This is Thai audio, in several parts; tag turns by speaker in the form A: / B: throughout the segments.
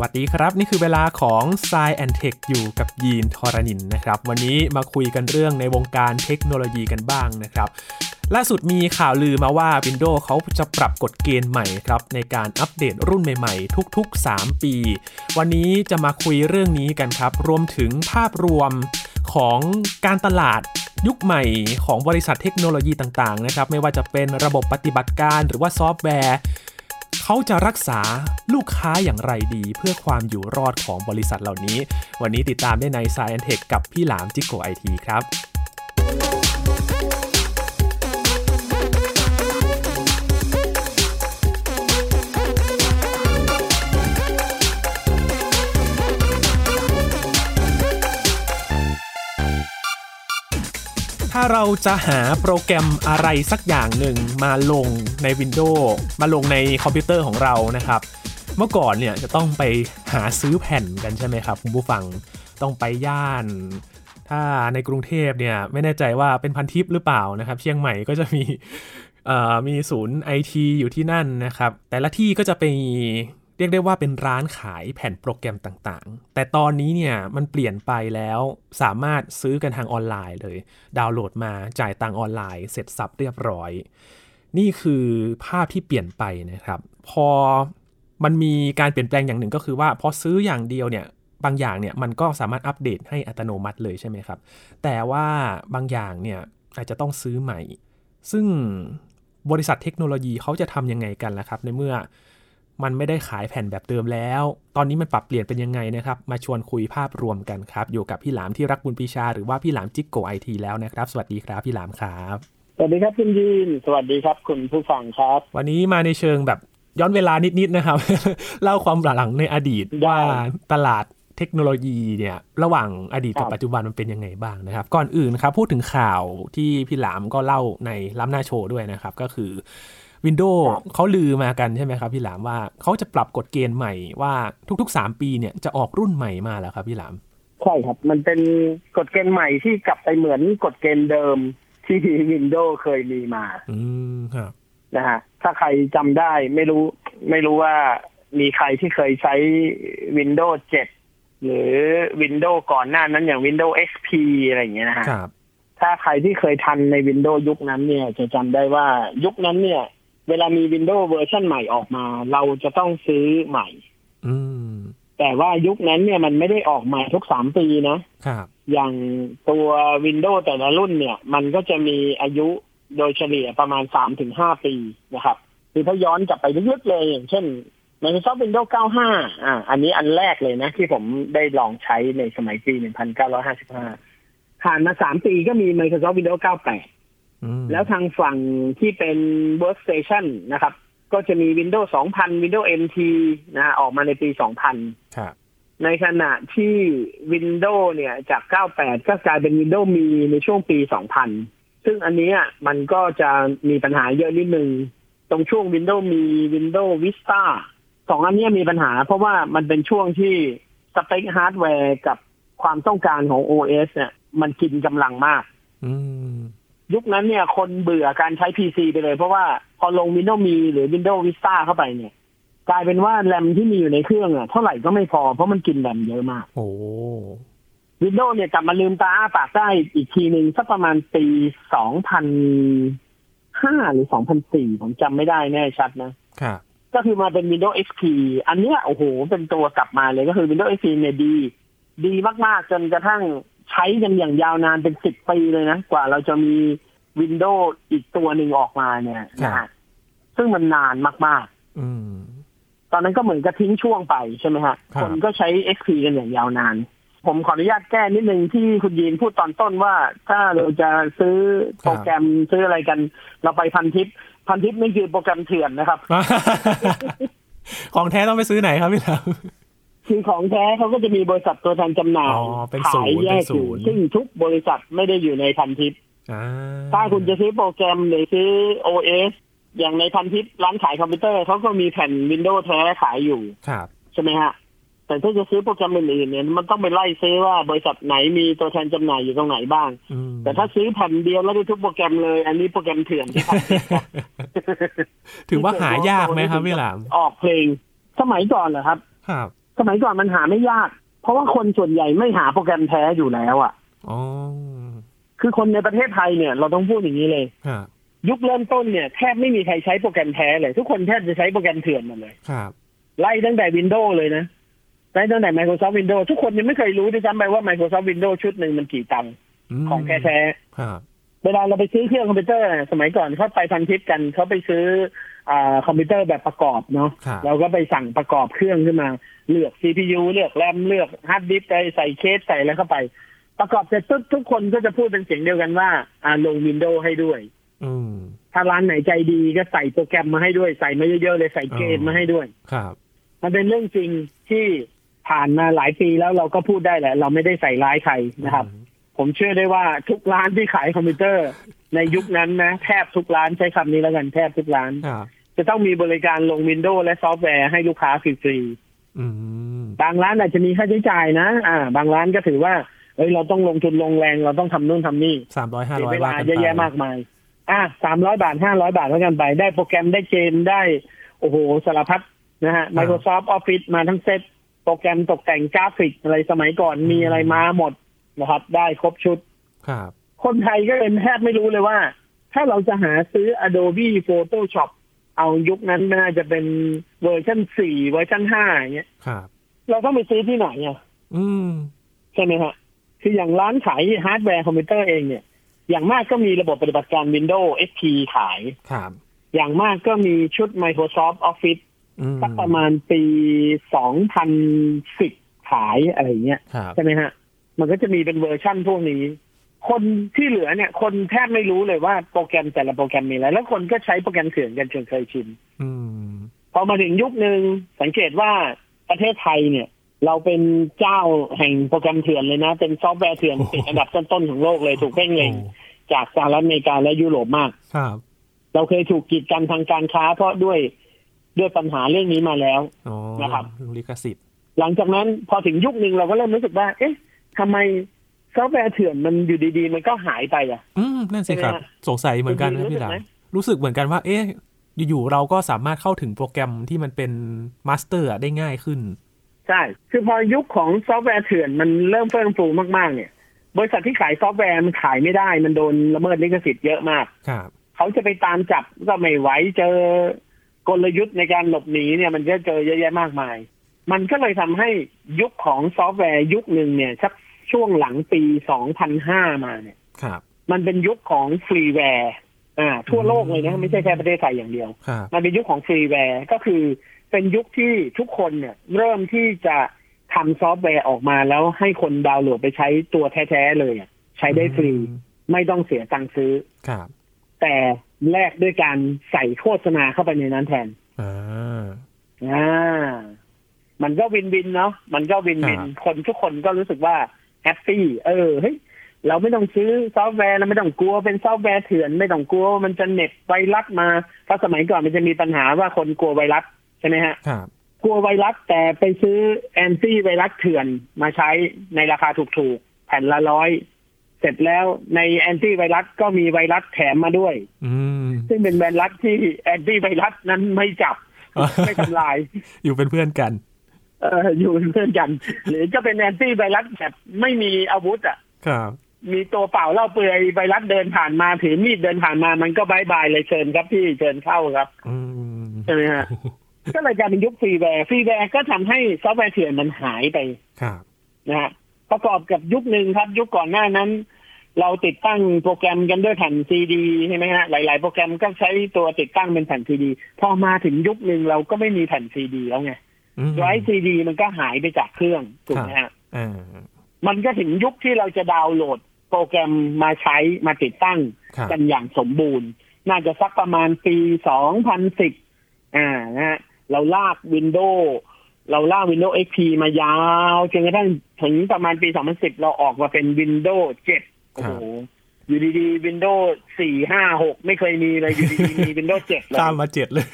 A: วัสดีครับ นี่คือเวลาของ s ซแอนเทคอยู่กับยีนทอรานินนะครับ วันนี้มาคุยกันเรื่องในวงการเทคโนโลยีกันบ้างนะครับ ล่าสุดมีข่าวลือมาว่า Windows เขาจะปรับกฎเกณฑ์ใหม่ครับในการอัปเดตรุ่นใหม่ๆ ทุกๆ 3 ปี วันนี้จะมาคุยเรื่องนี้กันครับ รวมถึงภาพรวมของการตลาดยุคใหม่ของบริษัทเทคโนโลยีต่างๆนะครับไม่ว่าจะเป็นระบบปฏิบัติการหรือว่าซอฟต์แวร์ เขาจะรักษาลูกค้าอย่างไรดี เพื่อความอยู่รอดของบริษัทเหล่านี้ วันนี้ติดตามได้ใน Science Tech กับพี่หลามจิโกไอทีครับ ถ้าเราจะหาโปรแกรมอะไรสักอย่างหนึ่งมาลงใน Windows มาลงในคอมพิวเตอร์ของเรานะครับ เมื่อก่อนเนี่ยจะต้องไปหาซื้อแผ่นกันใช่ไหมครับคุณผู้ฟังต้องไปย่าน ถ้าในกรุงเทพเนี่ยไม่แน่ใจว่าเป็นพันทิปหรือเปล่านะครับ เชียงใหม่ก็จะมีเอ่อมีศูนย์ไอทีอยู่ที่นั่นนะครับ แต่ละที่ก็จะเป็นเรียกได้ว่าเป็นร้านขายแผ่นโปรแกรมต่างๆ แต่ตอนนี้เนี่ยมันเปลี่ยนไปแล้วสามารถซื้อกันทางออนไลน์เลย ดาวน์โหลดมาจ่ายตังค์ออนไลน์เสร็จสับเรียบร้อย นี่คือภาพที่เปลี่ยนไปนะครับ พอมันมีการเปลี่ยนแปลงอย่างหนึ่งก็คือว่าพอซื้ออย่างเดียวเนี่ยบางอย่างเนี่ยมันก็สามารถอัปเดตให้อัตโนมัติเลยใช่ไหมครับ แต่ว่าบางอย่างเนี่ยอาจจะต้องซื้อใหม่ ซึ่งบริษัทเทคโนโลยีเขาจะทำยังไงกันล่ะครับ ในเมื่อมันไม่ได้ขายแผ่นแบบเดิมแล้ว ตอนนี้มันปรับเปลี่ยนเป็นยังไงนะครับ มาชวนคุยภาพรวมกันครับ อยู่กับพี่หลามที่รักบุญปีชา หรือว่าพี่หลามจิ๊กโกไอทีแล้วนะครับ สวัสดีครับพี่หลามครับ
B: สวัสดีครับคุณยีน สวัสดีครับ คุณผู้ฟังครับ
A: วันนี้มาในเชิงแบบย้อนเวลานิดๆนะครับ เล่าความหลังในอดีต
B: ได้
A: ว่าตลาดเทคโนโลยีเนี่ยระหว่างอดีตกับ
B: ครับ
A: ปัจจุบันมันเป็นยังไงบ้างนะครับ ก่อนอื่นครับพูดถึงข่าวที่พี่หลามก็เล่าในล้ำหน้าโชว์ด้วยนะครับ ก็คือ Windows เขาลือมากันใช่ไหมครับพี่หลามว่าเขาจะปรับกฎเกณฑ์ใหม่ว่าทุกๆ 3 ปีเนี่ยจะออกรุ่นใหม่มาแล้วครับพี่หลาม
B: ใช่ครับ มันเป็นกฎเกณฑ์ใหม่ที่กลับไปเหมือนกฎเกณฑ์เดิมที่ Windows เคยมีมา
A: อืมครับ
B: นะฮะถ้าใครจำได้ไม่รู้ ไม่รู้ว่ามีใครที่เคยใช้ Windows 7 หรือ Windows ก่อนหน้านั้นอย่าง Windows XP อะไรอย่างเงี้ยนะฮะ
A: ครับ
B: ถ้าใครที่เคยทันใน Windows ยุคนั้นเนี่ย จะจำได้ว่ายุคนั้นเนี่ย เวลามี Windows เวอร์ชันใหม่ออกมา เราจะต้องซื้อใหม่
A: อืม
B: แต่ว่ายุคนั้นเนี่ยมันไม่ได้ออกใหม่ทุกสามปีนะ
A: ครับ
B: อย่างตัว Windows แต่ละรุ่นเนี่ย มันก็จะมีอายุโดยเฉลี่ยประมาณ 3-5 ปีนะครับคือถ้าย้อนกลับไปลึกๆเลย อย่างเช่น Microsoft Windows 95 อ่า อันนี้อันแรกเลยนะ ที่ผมได้ลองใช้ในสมัยปี 1955 ผ่านมา 3 ปีก็มี Microsoft Windows 98
A: อืม
B: แล้วทางฝั่งที่เป็น Workstation นะครับ ก็จะมี Windows 2000 Windows MT นะฮะออกมาในปี 2000
A: ครับ
B: ในขณะที่ Windows เนี่ยจาก 98 ก็กลายเป็น Windows มีในช่วงปี 2000 ซึ่งอันเนี้ยมันก็จะมีปัญหาเยอะนิดนึง ตรงช่วง Windows มี Windows Vista สองอันเนี้ยมีปัญหาเพราะว่ามันเป็นช่วงที่สเปคฮาร์ดแวร์กับความต้องการของ OS เนี่ยมันกินกำลังมาก
A: อืม
B: ยุคนั้นเนี่ยคนเบื่อการใช้ PC ไปเลย เพราะว่าพอลง Windows มีหรือ Windows Vista เข้าไปเนี่ย กลายเป็นว่าแรมที่มีอยู่ในเครื่องอะเท่าไหร่ก็ไม่พอเพราะมันกินแรมเยอะมาก
A: โอ้
B: วินโดว์เนี่ยกลับมาลืมตาอ้าปากได้อีกทีหนึ่งสักประมาณปีสองพันห้าหรือสองพันสี่ผมจำไม่ได้แน่ชัดนะ
A: ครับ
B: ก็คือมาเป็น Windows XP อันเนี้ยโอ้โห เป็นตัวกลับมาเลยก็คือ Windows XP เนี่ยดี ดีมาก ๆ จนกระทั่งใช้กันอย่างยาวนานเป็นสิบปีเลยนะ กว่าเราจะมี Windows อีกตัวหนึ่งออกมาเนี่ยนะ
A: ครั
B: ฮะ
A: บ
B: ซึ่งมันนานมาก ๆ
A: อืม
B: ตอนนั้นก็เหมือนกับทิ้งช่วงไปใช่ไหมฮะ
A: ครับ
B: คนก็ใช้ XP กันอย่างยาวนาน ผมขออนุญาตแก้นิดนึงที่คุณยีนพูดตอนต้นว่า ถ้าเราจะซื้อโปรแกรมซื้ออะไรกัน เราไปพันทิป พันทิปนี่คือโปรแกรมเถื่อนนะครับ
A: ของแท้ต้องไปซื้อไหนครับพี่หลาม
B: คือของแท้เขาก็จะมีบริษัทตัวแทนจำหน่าย
A: อ๋อเป็นศู
B: ขานย
A: ย์
B: แย
A: เป็
B: ก
A: น
B: อ
A: ศู
B: ยู่
A: นย์
B: ซึ่งทุกบริษัทไม่ได้อยู่ในพันทิป
A: อ่า
B: ถ้าคุณจะซื้อโปรแกรมหรือซื้อ OS อย่างในพันทิปร้านขายคอมพิวเตอร์เขาก็มีแผ่นวินโดว์แท้ขายอยู่
A: ครับ
B: ใช่ไหมฮะ แต่ถ้าจะซื้อโปรแกรมอื่นๆเนี่ยมันต้องไปไล่ซื้อว่าบริษัทไหนมีตัวแทนจำหน่ายอยู่ตรงไหนบ้าง
A: อืม
B: แต่ถ้าซื้อแผ่นเดียวแล้วได้ทุกโปรแกรมเลย อันนี้โปรแกรมเถื่อน ที่ท
A: ถือว่าหายากไหมครับพี่หลาม
B: ำออกเพลง สมัยก่อนเหรอครับ
A: ครับ
B: ส สมัยก่อนมันหาไม่ยาก เพราะว่าคนส่วนใหญ่ไม่หาโปรแกรมแท้อยู่แล้วอ่ะ
A: อ๋อ
B: คือคนในประเทศไทยเนี่ยเราต้องพูดอย่างนี้เลย
A: ครับ
B: ยุคเริ่มต้นเนี่ยแทบไม่มีใครใช้โปรแกรมแท้เลย ทุกคนแทบจะใช้โปรแกรมเถื่อนหมดเลย
A: ครับ
B: ไล่ตั้งแต่ Windows เลยนะไล่ตั้งแต่ Microsoft Windows ทุกคนยังไม่เคยรู้ด้วยซ้ำไปว่า Microsoft Windows ชุดหนึ่งมันกี่ตังค์
A: ม
B: ของแท้
A: ครับ
B: ๆเวลาเราไปซื้อเครื่องคอมพิวเตอร์ สมัยก่อนเขาไปพันทิปกันเขาไปซื้ออาคอมพิวเตอร์แบบประกอบเนาะ
A: ครับ
B: เราก็ไปสั่งประกอบเครื่องขึ้นมา เลือก CPU เลือกแรมเลือกฮาร์ดดิสก์ไปใส่เคสใส่อะไรเข้าไป ประกอบเสร็จปุ๊บทุกคนก็จะพูดเป็นเสียงเดียวกันว่าอ่าลง Windows ให้ด้วย
A: อืม
B: ถ้าร้านไหนใจดีก็ใส่โปรแกรมมาให้ด้วยใส่มาเยอะๆเลยใส่เกมมาให้ด้วย
A: ครับ
B: มันเป็นเรื่องจริงที่ผ่านมาหลายปีแล้วเราก็พูดได้แหละ เราไม่ได้ใส่ร้ายใครนะครับ
A: อืม
B: ผมเชื่อได้ว่าทุกร้านที่ขายคอมพิวเตอร์ ในยุคนั้นนะ แทบทุกร้านใช้คำนี้แล้วกันแทบทุกร้าน
A: ครับ
B: จะต้องมีบริการลง Windows และซอฟต์แวร์ให้ลูกค้าฟรี
A: อืม
B: ๆบางร้านอาจจะมีค่าใช้จ่ายนะ อ่า บางร้านก็ถือว่าเอ้ยเราต้องลงทุนลงแรงเราต้องทำนู่นทำนี่
A: สามร้อยห้า
B: เสี
A: ร้
B: ย
A: อย
B: เวลาเยอะแยะมากมาย อ่ะสามร้อยบาทห้าร้อยบาทแล้วกันไป ได้โปรแกรมได้เกมได้ โอ้โห สารพัดนะฮะ Microsoft Office มาทั้งเซ็ตโปรแกรมตกแต่งกราฟิกอะไรสมัยก่อนมีอะไรมาหมดนะครับ ได้ครบชุด
A: ครับ
B: คนไทยก็เลยแทบไม่รู้เลยว่า ถ้าเราจะหาซื้อ Adobe Photoshop เอายุคนั้นน่าจะเป็นเวอร์ชันสี่เวอร์ชันห้าอย่างเงี้ย
A: ครับ
B: เราต้องไปซื้อที่ไหนอ่ะ
A: อืม
B: ใช่ไหมฮะ คืออย่างร้านขายฮาร์ดแวร์คอมพิวเตอร์เองเนี่ย อย่างมากก็มีระบบปฏิบัติการ Windows XP ขาย
A: ครับ
B: อย่างมากก็มีชุด Microsoft Office
A: อืม
B: สักประมาณปี 2010 ขายอะไรเงี้ย
A: ครับ
B: ใช่ไหมฮะ มันก็จะมีเป็นเวอร์ชั่นพวกนี้ คนที่เหลือเนี่ย คนแทบไม่รู้เลยว่าโปรแกรมแต่ละโปรแกรมมีอะไร แล้วคนก็ใช้โปรแกรมเถื่อนกันจนเคยชิน
A: อืม
B: พอมาถึงยุคหนึ่งสังเกตว่าประเทศไทยเนี่ย เราเป็นเจ้าแห่งโปรแกรมเถื่อนเลยนะ เป็นซอฟต์แวร์เถื่อนติดอันดับต้นๆของโลกเลยถูกเพ่งเล็ง
A: โอ้
B: จากสหรัฐอเมริกาและยุโรปมาก
A: ครับ
B: เราเคยถูกกีดกันทางการค้าเพราะด้วยด้วยปัญหาเรื่องนี้มาแล้ว
A: อ๋อ
B: นะครับ
A: ลิขสิทธิ์
B: หลังจากนั้นพอถึงยุคหนึ่งเราก็เริ่มรู้สึกว่า เอ๊ะทำไมซอฟต์แวร์เถื่อนมันอยู่ดีๆ มันก็หายไปอ่ะ
A: อืมนั่นสิครับ
B: เป็นไงฮะ
A: สงสัยเหมือนกันนะ
B: คุณดี
A: พี่หลัง
B: รู้
A: รู้สึ
B: สึกไหม
A: กเหมือนกันว่า เอ๊ะอยู่ๆเราก็สามารถเข้าถึงโปรแกรมที่มันเป็นมาสเตอร์ได้ง่ายขึ้น
B: ใช่ คือพอยุคของซอฟต์แวร์เถื่อนมันเริ่มเฟื่องฟูมากๆ เนี่ย บริษัทที่ขายซอฟต์แวร์มันขายไม่ได้ มันโดนละเมิดลิขสิทธิ์เยอะมาก
A: ครับ
B: เขาจะไปตามจับก็ไม่ไหวเจอกลยุทธ์ในการหลบหนีเนี่ย มันก็เจอเยอะแยะมากมาย มันก็เลยทำให้ยุคของซอฟต์แวร์ยุคหนึ่งเนี่ยสักช่วงหลังปี 2005 มาเนี่ย
A: ครับ
B: มันเป็นยุคของฟรีแวร์อ่าทั่วโลกเลย
A: อื
B: นะ
A: ม
B: ไม่ใช่แค่ประเทศไทยอย่างเดียว
A: ครับ
B: มันเป็นยุคของฟรีแวร์ก็คือเป็นยุคที่ทุกคนเนี่ย เริ่มที่จะทำซอฟต์แวร์ออกมาแล้วให้คนดาวน์โหลดไปใช้ตัวแท้ๆเลยอะใช้ได้ฟรี
A: อืม
B: ไม่ต้องเสียตังค์ซื้อ
A: ครับ
B: แต่แลกด้วยการใส่โฆษณาเข้าไปในนั้นแทน
A: อ่า
B: อ่ามันก็วินวินเนาะมันก็วินวิน
A: ครับ
B: คนทุกคนก็รู้สึกว่าแฮปปี้เออเฮ้ยเราไม่ต้องซื้อซอฟต์แวร์เราไม่ต้องกลัวเป็นซอฟต์แวร์เถื่อนไม่ต้องกลัวว่ามันจะเหน็บไวรัสมาเพราะสมัยก่อนมันจะมีปัญหาว่าคนกลัวไวรัสใช่ไหมฮะ
A: ครับ
B: กลัวไวรัสแต่ไปซื้อแอนตี้ไวรัสเถื่อนมาใช้ในราคาถูกๆ แผ่นละร้อย เสร็จแล้วในแอนตี้ไวรัสก็มีไวรัสแถมมาด้วย
A: อืม
B: ซึ่งเป็นไวรัสที่แอนตี้ไวรัสนั้นไม่จับ ไม่ทำลาย
A: อยู่เป็นเพื่อนกัน
B: เอออยู่เป็นเพื่อนกัน หรือก็เป็นแอนตี้ไวรัสแบบไม่มีอาวุธอ่ะ
A: ครับ
B: มีตัวเปล่าเล่าเปลือยไวรัสเดินผ่านมาถือมีดเดินผ่านมามันก็บายบายเลยเชิญครับพี่เชิญเข้าครับ
A: อืม
B: ใช่ไหมฮะ ก็เลยกลายเป็นยุคฟรีแวร์ฟรีแวร์ก็ทำให้ซอฟต์แวร์เถื่อนมันหายไป
A: ครับ
B: นะฮะประกอบกับยุคหนึ่งครับ ยุคก่อนหน้านั้น เราติดตั้งโปรแกรมกันด้วยแผ่นซีดีใช่ไหมฮะหลาย ๆ โปรแกรมก็ใช้ตัวติดตั้งเป็นแผ่นซีดีพอมาถึงยุคหนึ่งเราก็ไม่มีแผ่นซีดีแล้วไง
A: อืม
B: ไร้ซีดีมันก็หายไปจากเครื่องถูกไหมฮะ
A: อ่า
B: มันก็ถึงยุคที่เราจะดาวน์โหลดโปรแกรมมาใช้มาติดตั้ง
A: ครับ
B: กันอย่างสมบูรณ์ น่าจะสักประมาณปี 2010 อ่านะฮะเราลาก Windows เราลาก Windows XP มายาวจนกระทั่งถึงประมาณปี 2010 เราออกมาเป็น Windows 7 โอ้โห อยู่ดีๆ Windows 4 5 6 ไม่เคยมีเลยอยู่ดีๆ มี Windows 7เลย
A: ตามมาเจ็ดเลย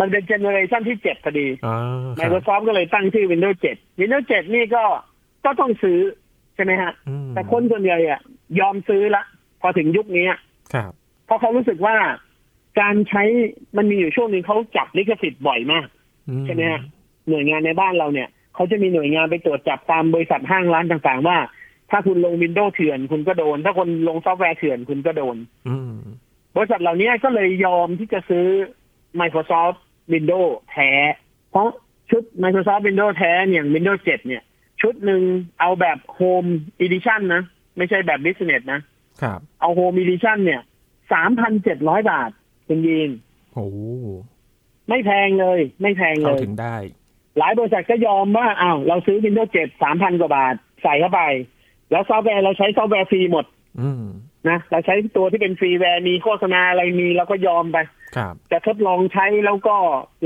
B: มันเป็นเจเนอเรชันที่ 7 พอดี
A: อ่าครับ
B: Microsoft ก็เลยตั้งชื่อ Windows 7 Windows 7 นี่ก็ก็ต้องซื้อ ใช่ไหมฮะ
A: อืม
B: แต่คนส่วนใหญ่อะยอมซื้อละ พอถึงยุคนี้อะ
A: ครับ
B: เพราะเขารู้สึกว่าการใช้มันมีอยู่ช่วงหนึ่งเขาจับลิขสิทธิ์บ่อยมาก
A: อื
B: ใช่ไหมฮะ หน่วยงานในบ้านเราเนี่ยเขาจะมีหน่วยงานไปตรวจจับตามบริษัทห้างร้านต่างๆ ว่า ถ้าคุณลงวินโดว์เถื่อนคุณก็โดน ถ้าคนลงซอฟต์แวร์เถื่อนคุณก็โดน
A: อืม
B: บริษัทเหล่านี้ก็เลยยอมที่จะซื้อ Microsoft Windows แท้ เพราะชุด Microsoft Windows แท้เนี่ยอย่าง Windows 7 เนี่ย ชุดหนึ่งเอาแบบ Home Edition นะ ไม่ใช่แบบ Business นะ
A: ครับ
B: เอา Home Edition เนี่ยสามพันเจ็ดร้อยบาทคุณยีน
A: โอ้โห
B: ไม่แพงเลย ไม่แพงเล
A: เข้าย ถึงได้
B: หลายบริษัทก็ยอมว่าอ้าวเราซื้อ Windows 7 สามพันกว่าบาท ใส่เข้าไป แล้วซอฟต์แวร์เราใช้ซอฟต์แวร์ฟรีหมด
A: อืม
B: นะเราใช้ตัวที่เป็นฟรีแวร์มีโฆษณาอะไรมีเราก็ยอมไป
A: ครับ
B: จะทดลองใช้แล้วก็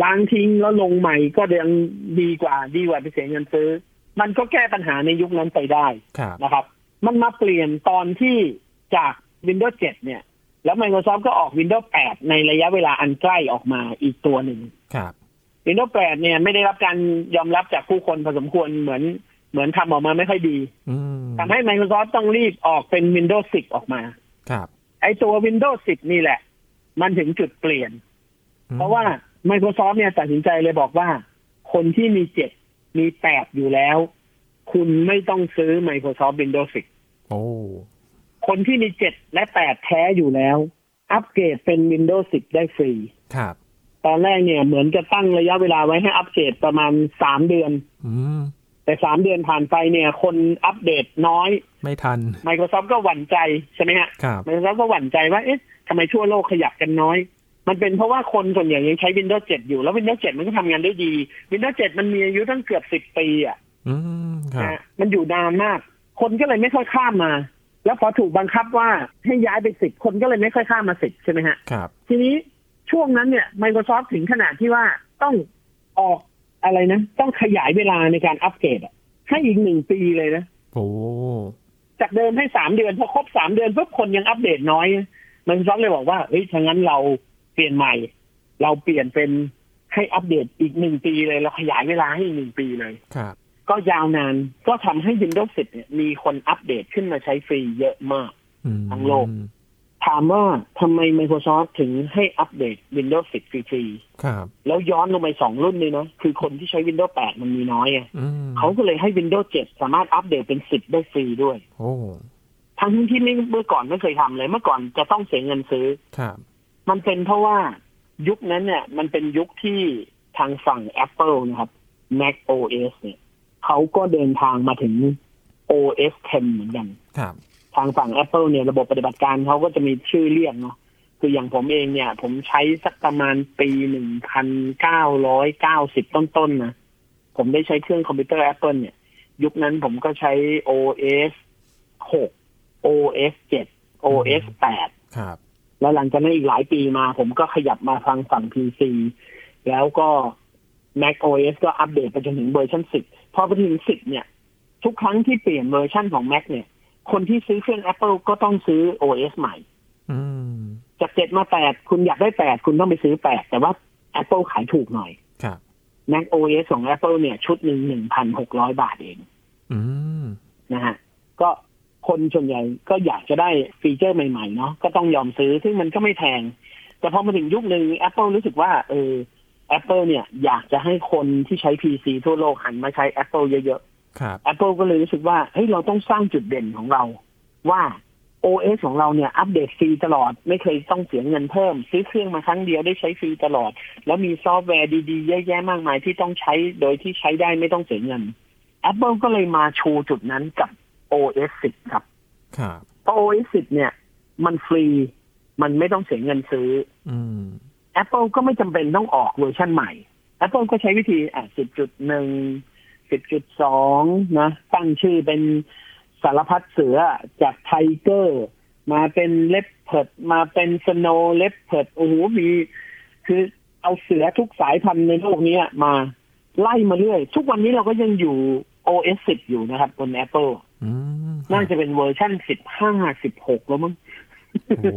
B: ล้างทิ้งแล้วลงใหม่ก็ยังดีกว่าดีกว่าไปเสียเงินซื้อ มันก็แก้ปัญหาในยุคนั้นไปได้
A: ครับ
B: นะครับ มันมาเปลี่ยนตอนที่จาก Windows 7 เนี่ย แล้ว Microsoft ก็ออก Windows 8 ในระยะเวลาอันใกล้ออกมาอีกตัวหนึ่ง
A: ครับ
B: Windows 8 เนี่ยไม่ได้รับการยอมรับจากผู้คนพอสมควรเหมือนเหมือนทำออกมาไม่ค่อยดี
A: อืม
B: ทำให้ Microsoft ต้องรีบออกเป็น Windows 10 ออกมา
A: ครับ
B: ไอตัว Windows 10 นี่แหละ มันถึงจุดเปลี่ยน
A: อืม
B: เพราะว่า Microsoft เนี่ยตัดสินใจเลยบอกว่า คนที่มีเจ็ดมีแปดอยู่แล้ว คุณไม่ต้องซื้อ Microsoft Windows
A: โอ้
B: 10 คนที่มีเจ็ดและแปดแท้อยู่แล้ว อัปเกรดเป็น Windows 10 ได้ฟรี
A: ครับ
B: ตอนแรกเนี่ยเหมือนจะตั้งระยะเวลาไว้ให้อัปเกรดประมาณสามเดือน
A: อืม
B: แต่สามเดือนผ่านไปเนี่ย คนอัปเดตน้อย
A: ไม่ทัน
B: Microsoft ก็หวั่นใจใช่ไหมฮะ
A: ครับ
B: Microsoft ก็หวั่นใจว่าเอ๊ะทำไมทั่วโลกขยับกันน้อย มันเป็นเพราะว่าคนส่วนใหญ่ยังใช้ Windows 7 อยู่แล้ว Windows 7 มันก็ทำงานได้ดี Windows 7 มันมีอายุตั้งเกือบสิบ10 ปีอ่ะ
A: อืมครับ
B: นะมันอยู่นานมาก คนก็เลยไม่ค่อยข้ามมา แล้วพอถูกบังคับว่าให้ย้ายไปสิบคนก็เลยไม่ค่อยข้ามมาสิบใช่ไหมฮะ
A: ครับ
B: ทีนี้ช่วงนั้นเนี่ย Microsoft ถึงขนาดที่ว่าต้องออกอะไรนะ ต้องขยายเวลาในการอัปเกรดอะให้อีกหนึ่งปีเลยนะ
A: โอ้
B: จากเดิมให้สามเดือนพอครบสามเดือนปุ๊บคนยังอัปเดตน้อย มันซ้อมเลยบอกว่าเฮ้ยถ้างั้นเราเปลี่ยนใหม่ เราเปลี่ยนเป็นให้อัปเดตอีกหนึ่งปีเลย เราขยายเวลาให้อีกหนึ่งปีเลย
A: ครับ
B: ก็ยาวนานก็ทำให้ Windows 10เนี่ยมีคนอัปเดตขึ้นมาใช้ฟรีเยอะมาก
A: อืม
B: ทั้งโลก ถามว่าทำไม Microsoft ถึงให้อัปเดต Windows 10 ฟรี
A: ครับ
B: ๆแล้วย้อนลงไปสองรุ่นเลยนะคือคนที่ใช้ Windows 8 มันมีน้อยไง
A: อืม
B: เขาก็เลยให้ Windows 7 สามารถอัปเดตเป็น 10 ได้ฟรีด้วย
A: โอ้
B: ทั้งที่ไม่เมื่อก่อนไม่เคยทำเลย เมื่อก่อนจะต้องเสียเงินซื้อ
A: ครับ
B: มันเป็นเพราะว่ายุคนั้นเนี่ย มันเป็นยุคที่ทางฝั่ง Apple นะครับ Mac OS เนี่ยเขาก็เดินทางมาถึง OS 10 เหมือนกัน
A: ครับ
B: ทางฝั่ง Apple เนี่ยระบบปฏิบัติการเขาก็จะมีชื่อเรียกเนาะคืออย่างผมเองเนี่ย ผมใช้สักประมาณปี 1990 ต้นๆนนะ ผมได้ใช้เครื่องคอมพิวเตอร์ Apple เนี่ย ยุคนั้นผมก็ใช้ OS 6 OS 7 OS 8
A: ครับ
B: แล้วหลังจากนั้นอีกหลายปีมา ผมก็ขยับมาฟังฝั่ง PC แล้วก็ Mac OS ก็อัปเดตไปจนถึงเวอร์ชัน10 พอไปถึง 10 เนี่ย ทุกครั้งที่เปลี่ยนเวอร์ชันของ Mac เนี่ย คนที่ซื้อเครื่อง Apple ก็ต้องซื้อ OS ใหม่
A: อืม
B: จากเจ็ดมาแปดคุณอยากได้แปดคุณต้องไปซื้อแปดแต่ว่า Apple ขายถูกหน่อย
A: ครับ
B: Mac OS ของ Apple เนี่ย ชุดหนึ่งหนึ่งพันหกร้อยบาทเอง
A: อืม
B: นะฮะก็คนส่วนใหญ่ก็อยากจะได้ฟีเจอร์ใหม่ๆเนาะก็ต้องยอมซื้อซึ่งมันก็ไม่แพง แต่พอมาถึงยุคหนึ่ง Apple รู้สึกว่าเออ Apple เนี่ยอยากจะให้คนที่ใช้ PC ทั่วโลกหันมาใช้ Apple เยอะๆ
A: ครับ
B: Apple ก็เลยรู้สึกว่าเฮ้ยเราต้องสร้างจุดเด่นของเรา ว่า OS ของเราเนี่ย อัปเดตฟรีตลอด ไม่เคยต้องเสียเงินเพิ่ม ซื้อเครื่องมาครั้งเดียวได้ใช้ฟรีตลอด แล้วมีซอฟต์แวร์ดีๆ เยอะแยะมากมายที่ต้องใช้โดยที่ใช้ได้ไม่ต้องเสียเงิน Apple ก็เลยมาชูจุดนั้นกับ OS 10 ครับ
A: ครับ
B: เพราะ OS 10 เนี่ย มันฟรี มันไม่ต้องเสียเงินซื้อ
A: อืม
B: Apple ก็ไม่จำเป็นต้องออกเวอร์ชันใหม่ Apple ก็ใช้วิธีอ่ะ10.1 10.2 นะ ตั้งชื่อเป็นสารพัดเสือจากไทเกอร์มาเป็นเล p เ r d มาเป็นสโนเล p เ r d โอ้โหมี คือเอาเสือทุกสายพันธุ์ในโลกเนี้ยมาไล่มาเรื่อย ทุกวันนี้เราก็ยังอยู่ OS 10 อยู่นะครับบน Apple
A: อืม
B: น่าจะเป็นเวอร์ชัน15 16 แล้วมั้ง
A: โอ้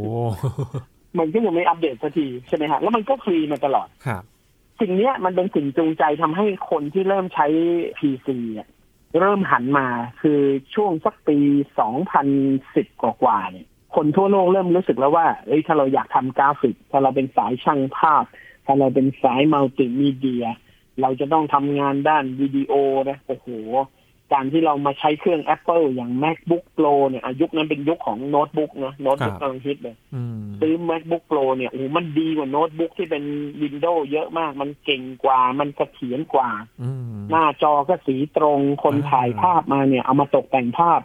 B: มันก็ยังไม่อัปเดตสักทีใช่ไหมฮะแล้วมันก็ฟรีมาตลอด
A: ครับ
B: สิ่งเนี้ยมันเป็นสิ่งจูงใจทำให้คนที่เริ่มใช้ PC อะเริ่มหันมาคือช่วงสักปี 2010 กว่ากว่าๆเนี่ยคนทั่วโลกเริ่มรู้สึกแล้วว่าเอ้ยถ้าเราอยากทำกราฟิก ถ้าเราเป็นสายช่างภาพ ถ้าเราเป็นสายมัลติมีเดีย เราจะต้องทำงานด้านวิดีโอนะโอ้โห การที่เรามาใช้เครื่อง Apple อย่าง MacBook Pro เนี่ยอ่ะยุคนั้นเป็นยุคของโน้ตบุ๊กนะโน้ตบุ๊ก
A: ครับ
B: กำลังฮิตเลย
A: อืม
B: ซื้อ MacBook Pro เนี่ยโอ้โหมันดีกว่าโน้ตบุ๊กที่เป็น Windows เยอะมาก มันเก่งกว่า มันเสถียรกว่า
A: อืม
B: หน้าจอก็สีตรง คน
A: อ่า
B: ถ่ายภาพมาเนี่ย เอามาตกแต่งภาพ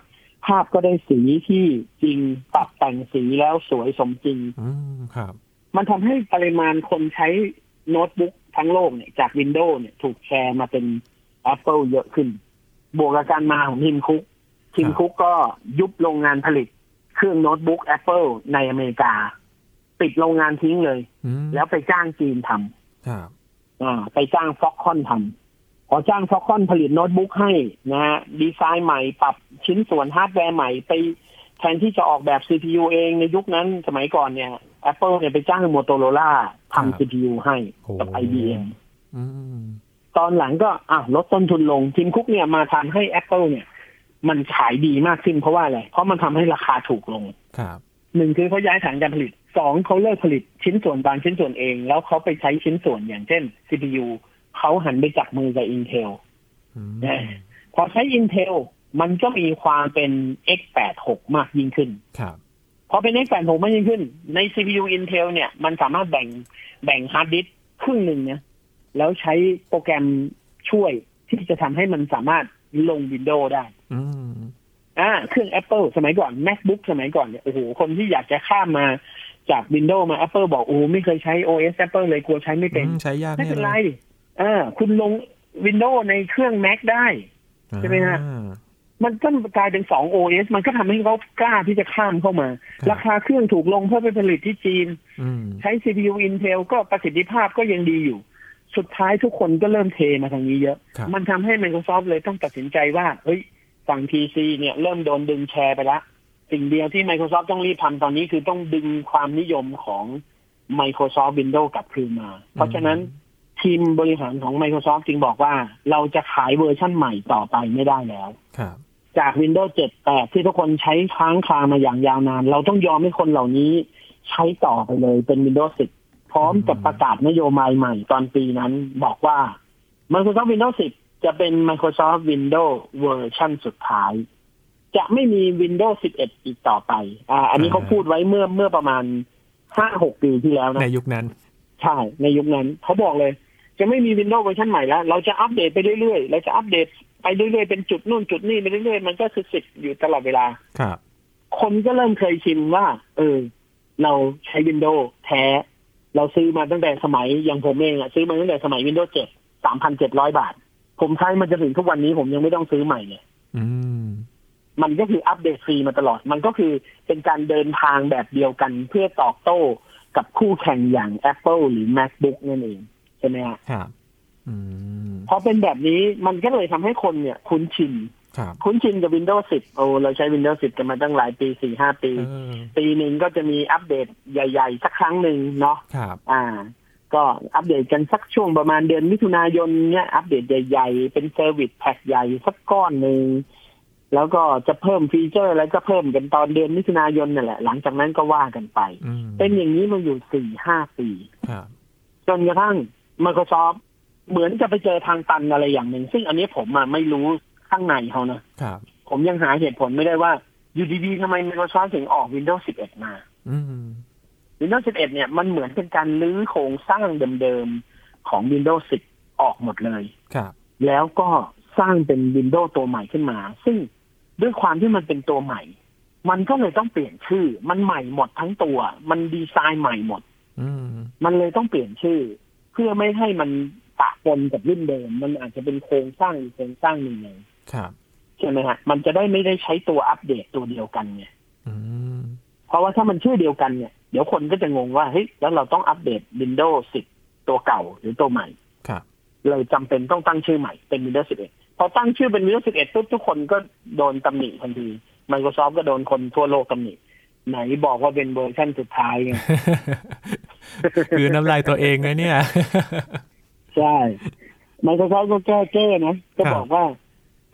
B: ภาพก็ได้สีที่จริงปรับแต่งสีแล้วสวยสมจริง
A: อืมครับ
B: มันทำให้ปริมาณคนใช้โน้ตบุ๊กทั้งโลกเนี่ยจาก Windows เนี่ยถูกแชร์มาเป็น Apple เยอะขึ้น บวกกับการมาของทิมคุกทิมคุกก็ยุบโรงงานผลิต เครื่องโน้ตบุ๊ก Apple ในอเมริกา ปิดโรงงานทิ้งเลย
A: อืม
B: แล้วไปจ้างจีนทำ
A: ครับ
B: อ่าไปจ้างฟ็อกคอนทำพอจ้างฟ็อกคอนผลิตโน้ตบุ๊กให้นะฮะดีไซน์ใหม่ปรับชิ้นส่วนฮาร์ดแวร์ใหม่ไปแทนที่จะออกแบบ CPU เองในยุคนั้นสมัยก่อนเนี่ย Apple เนี่ยไปจ้าง Motorola
A: ครับ
B: ทำ CPU ให้กับ
A: โอ้
B: IBM
A: อืม
B: ตอนหลังก็อ่ะลดต้นทุนลงทีมคุกเนี่ยมาทำให้ Apple เนี่ย มันขายดีมากขึ้นเพราะว่าอะไร เพราะมันทำให้ราคาถูกลง
A: ครับ
B: หนึ่งคือเขาย้ายฐานการผลิตสองเขาเลิกผลิตชิ้นส่วนบางชิ้นส่วนเอง แล้วเขาไปใช้ชิ้นส่วนอย่างเช่น CPU เขาหันไปจับมือกับ Intel
A: อืม
B: แน่ พอใช้ Intel มันก็มีความเป็น x86 มากยิ่งขึ้น
A: ครับ
B: พอเป็น x86 มากยิ่งขึ้น ใน CPU Intel เนี่ยมันสามารถแบ่งแบ่งฮาร์ดดิสก์ครึ่งหนึ่งนะแล้วใช้โปรแกรมช่วยที่จะทำให้มันสามารถลง Windows ได้
A: อืม
B: อ่าเครื่อง Apple สมัยก่อน MacBook สมัยก่อนเนี่ยโอ้โหคนที่อยากจะข้ามมาจาก Windows มา Apple บอกโอ้ไม่เคยใช้ OS Apple เลยกลัวใช้ไม่เป็น
A: อืมใช้ยาก
B: ไม่
A: ย
B: เป็นไรอ่าคุณลง Windows ในเครื่อง Mac ได้ ใช่ไหมฮะ
A: อ่า
B: มันก็กลายเป็นสอง OS มันก็ทำให้เขากล้าที่จะข้ามเข้ามา
A: ครับ
B: ราคาเครื่องถูกลงเพื่อไปผลิตที่จีน
A: อืม
B: ใช้ CPU Intel ก็ประสิทธิภาพก็ยังดีอยู่ สุดท้ายทุกคนก็เริ่มเทมาทางนี้เยอะ
A: ครับ
B: มันทำให้ Microsoft เลยต้องตัดสินใจว่า เฮ้ย ฝั่ง PC เนี่ยเริ่มโดนดึงแชร์ไปละสิ่งเดียวที่ Microsoft ต้องรีบทำตอนนี้คือต้องดึงความนิยมของ Microsoft Windows กลับคืนมา เพราะฉะนั้นทีมบริหารของ Microsoft จึงบอกว่า เราจะขายเวอร์ชั่นใหม่ต่อไปไม่ได้แล้ว
A: ครับ
B: จาก Windows 7 8 ที่ทุกคนใช้ค้างคามาอย่างยาวนาน เราต้องยอมให้คนเหล่านี้ใช้ต่อไปเลยเป็น Windows 10 พร้อมกับ
A: อืม
B: ประกาศนโยบายใหม่ตอนปีนั้นบอกว่า Microsoft Windows 10 จะเป็น Microsoft Windows เวอร์ชันสุดท้าย จะไม่มี Windows 11 อีกต่อไป อ่า อันนี้เขาพูดไว้เมื่อเมื่อประมาณ 5-6 ปีที่แล้วนะ
A: ในยุคนั้น
B: ใช่ในยุคนั้นเขาบอกเลย จะไม่มี Windows เวอร์ชันใหม่แล้ว เราจะอัปเดตไปเรื่อยๆ เราจะอัปเดตไปเรื่อยๆ เป็นจุดนู่นจุดนี่ไปเรื่อยๆ มันก็คือสิทธิ์อยู่ตลอดเวลา
A: ครับ
B: คนก็เริ่มเคยชินว่า เออ เราใช้ Windows แท้ เราซื้อมาตั้งแต่สมัยอย่างผมเองอะซื้อมาตั้งแต่สมัย Windows 7 3,700 บาท ผมใช้มันจะถึงทุกวันนี้ผมยังไม่ต้องซื้อใหม่เนี่ย
A: อืม
B: มันก็คืออัปเดตฟรีมาตลอด มันก็คือเป็นการเดินทางแบบเดียวกันเพื่อตอบโต้กับคู่แข่งอย่าง Apple หรือ MacBook นั่นเองใช่ไหมฮะ
A: ครับอืม
B: พอเป็นแบบนี้มันก็เลยทำให้คนเนี่ยคุ้นชิน
A: ครับ
B: คุ้นชินกับ Windows 10 โอ้เราใช้ Windows 10 กันมาตั้งหลายปีสี่ห้าปี
A: เออ
B: ปีหนึ่งก็จะมีอัปเดตใหญ่ ๆ สักครั้งหนึ่งเนาะ
A: ครับ
B: อ่า ก็อัปเดตกันสักช่วงประมาณเดือนมิถุนายนเนี่ยอัปเดตใหญ่ ๆ เป็นเซอร์วิสแพ็คใหญ่สักก้อนหนึ่ง แล้วก็จะเพิ่มฟีเจอร์แล้วก็เพิ่มกันตอนเดือนมิถุนายนนั่นแหละ หลังจากนั้นก็ว่ากันไป
A: อืม
B: เป็นอย่างนี้มาอยู่สี่ห้าปี
A: ครับ
B: จนกระทั่ง Microsoft เหมือนจะไปเจอทางตันอะไรอย่างหนึ่ง ซึ่งอันนี้ผมอะไม่รู้ข้างในเขานะ
A: ครับ
B: ผมยังหาเหตุผลไม่ได้ว่า อยู่ดีๆทำไม Microsoft ถึงออก Windows 11 มา
A: อืม
B: Windows 11 เนี่ยมันเหมือนเป็นการลื้อโครงสร้างเดิมๆ ของ Windows 10 ออกหมดเลย
A: ครับ
B: แล้วก็สร้างเป็น Windows ตัวใหม่ขึ้นมา ซึ่งด้วยความที่มันเป็นตัวใหม่ มันก็เลยต้องเปลี่ยนชื่อ มันใหม่หมดทั้งตัว มันดีไซน์ใหม่หมด
A: อืม
B: มันเลยต้องเปลี่ยนชื่อ เพื่อไม่ให้มันปะปนกับรุ่นเดิม มันอาจจะเป็นโครงสร้างอีกโครงสร้างหนึ่งเลย
A: ครับ
B: ใช่ไหมฮะมันจะได้ไม่ได้ใช้ตัวอัปเดตตัวเดียวกันไง
A: อืม
B: เพราะว่าถ้ามันชื่อเดียวกันเนี่ยเดี๋ยวคนก็จะงงว่าเฮ้ยแล้วเราต้องอัปเดต Windows 10 ตัวเก่าหรือตัวใหม่
A: ครับ
B: เลยจำเป็นต้องตั้งชื่อใหม่เป็น Windows 11 พอตั้งชื่อเป็น Windows 11ปุ๊บทุกคนก็โดนตำหนิทันที Microsoft ก็โดนคนทั่วโลกตำหนิไหนบอกว่าเป็นเวอร์ชันสุดท้ายไง
A: คือน้ำลายตัวเองนะเนี่ย
B: ใช่ Microsoft ก็แก้เจ้นะ ก็บอกว่า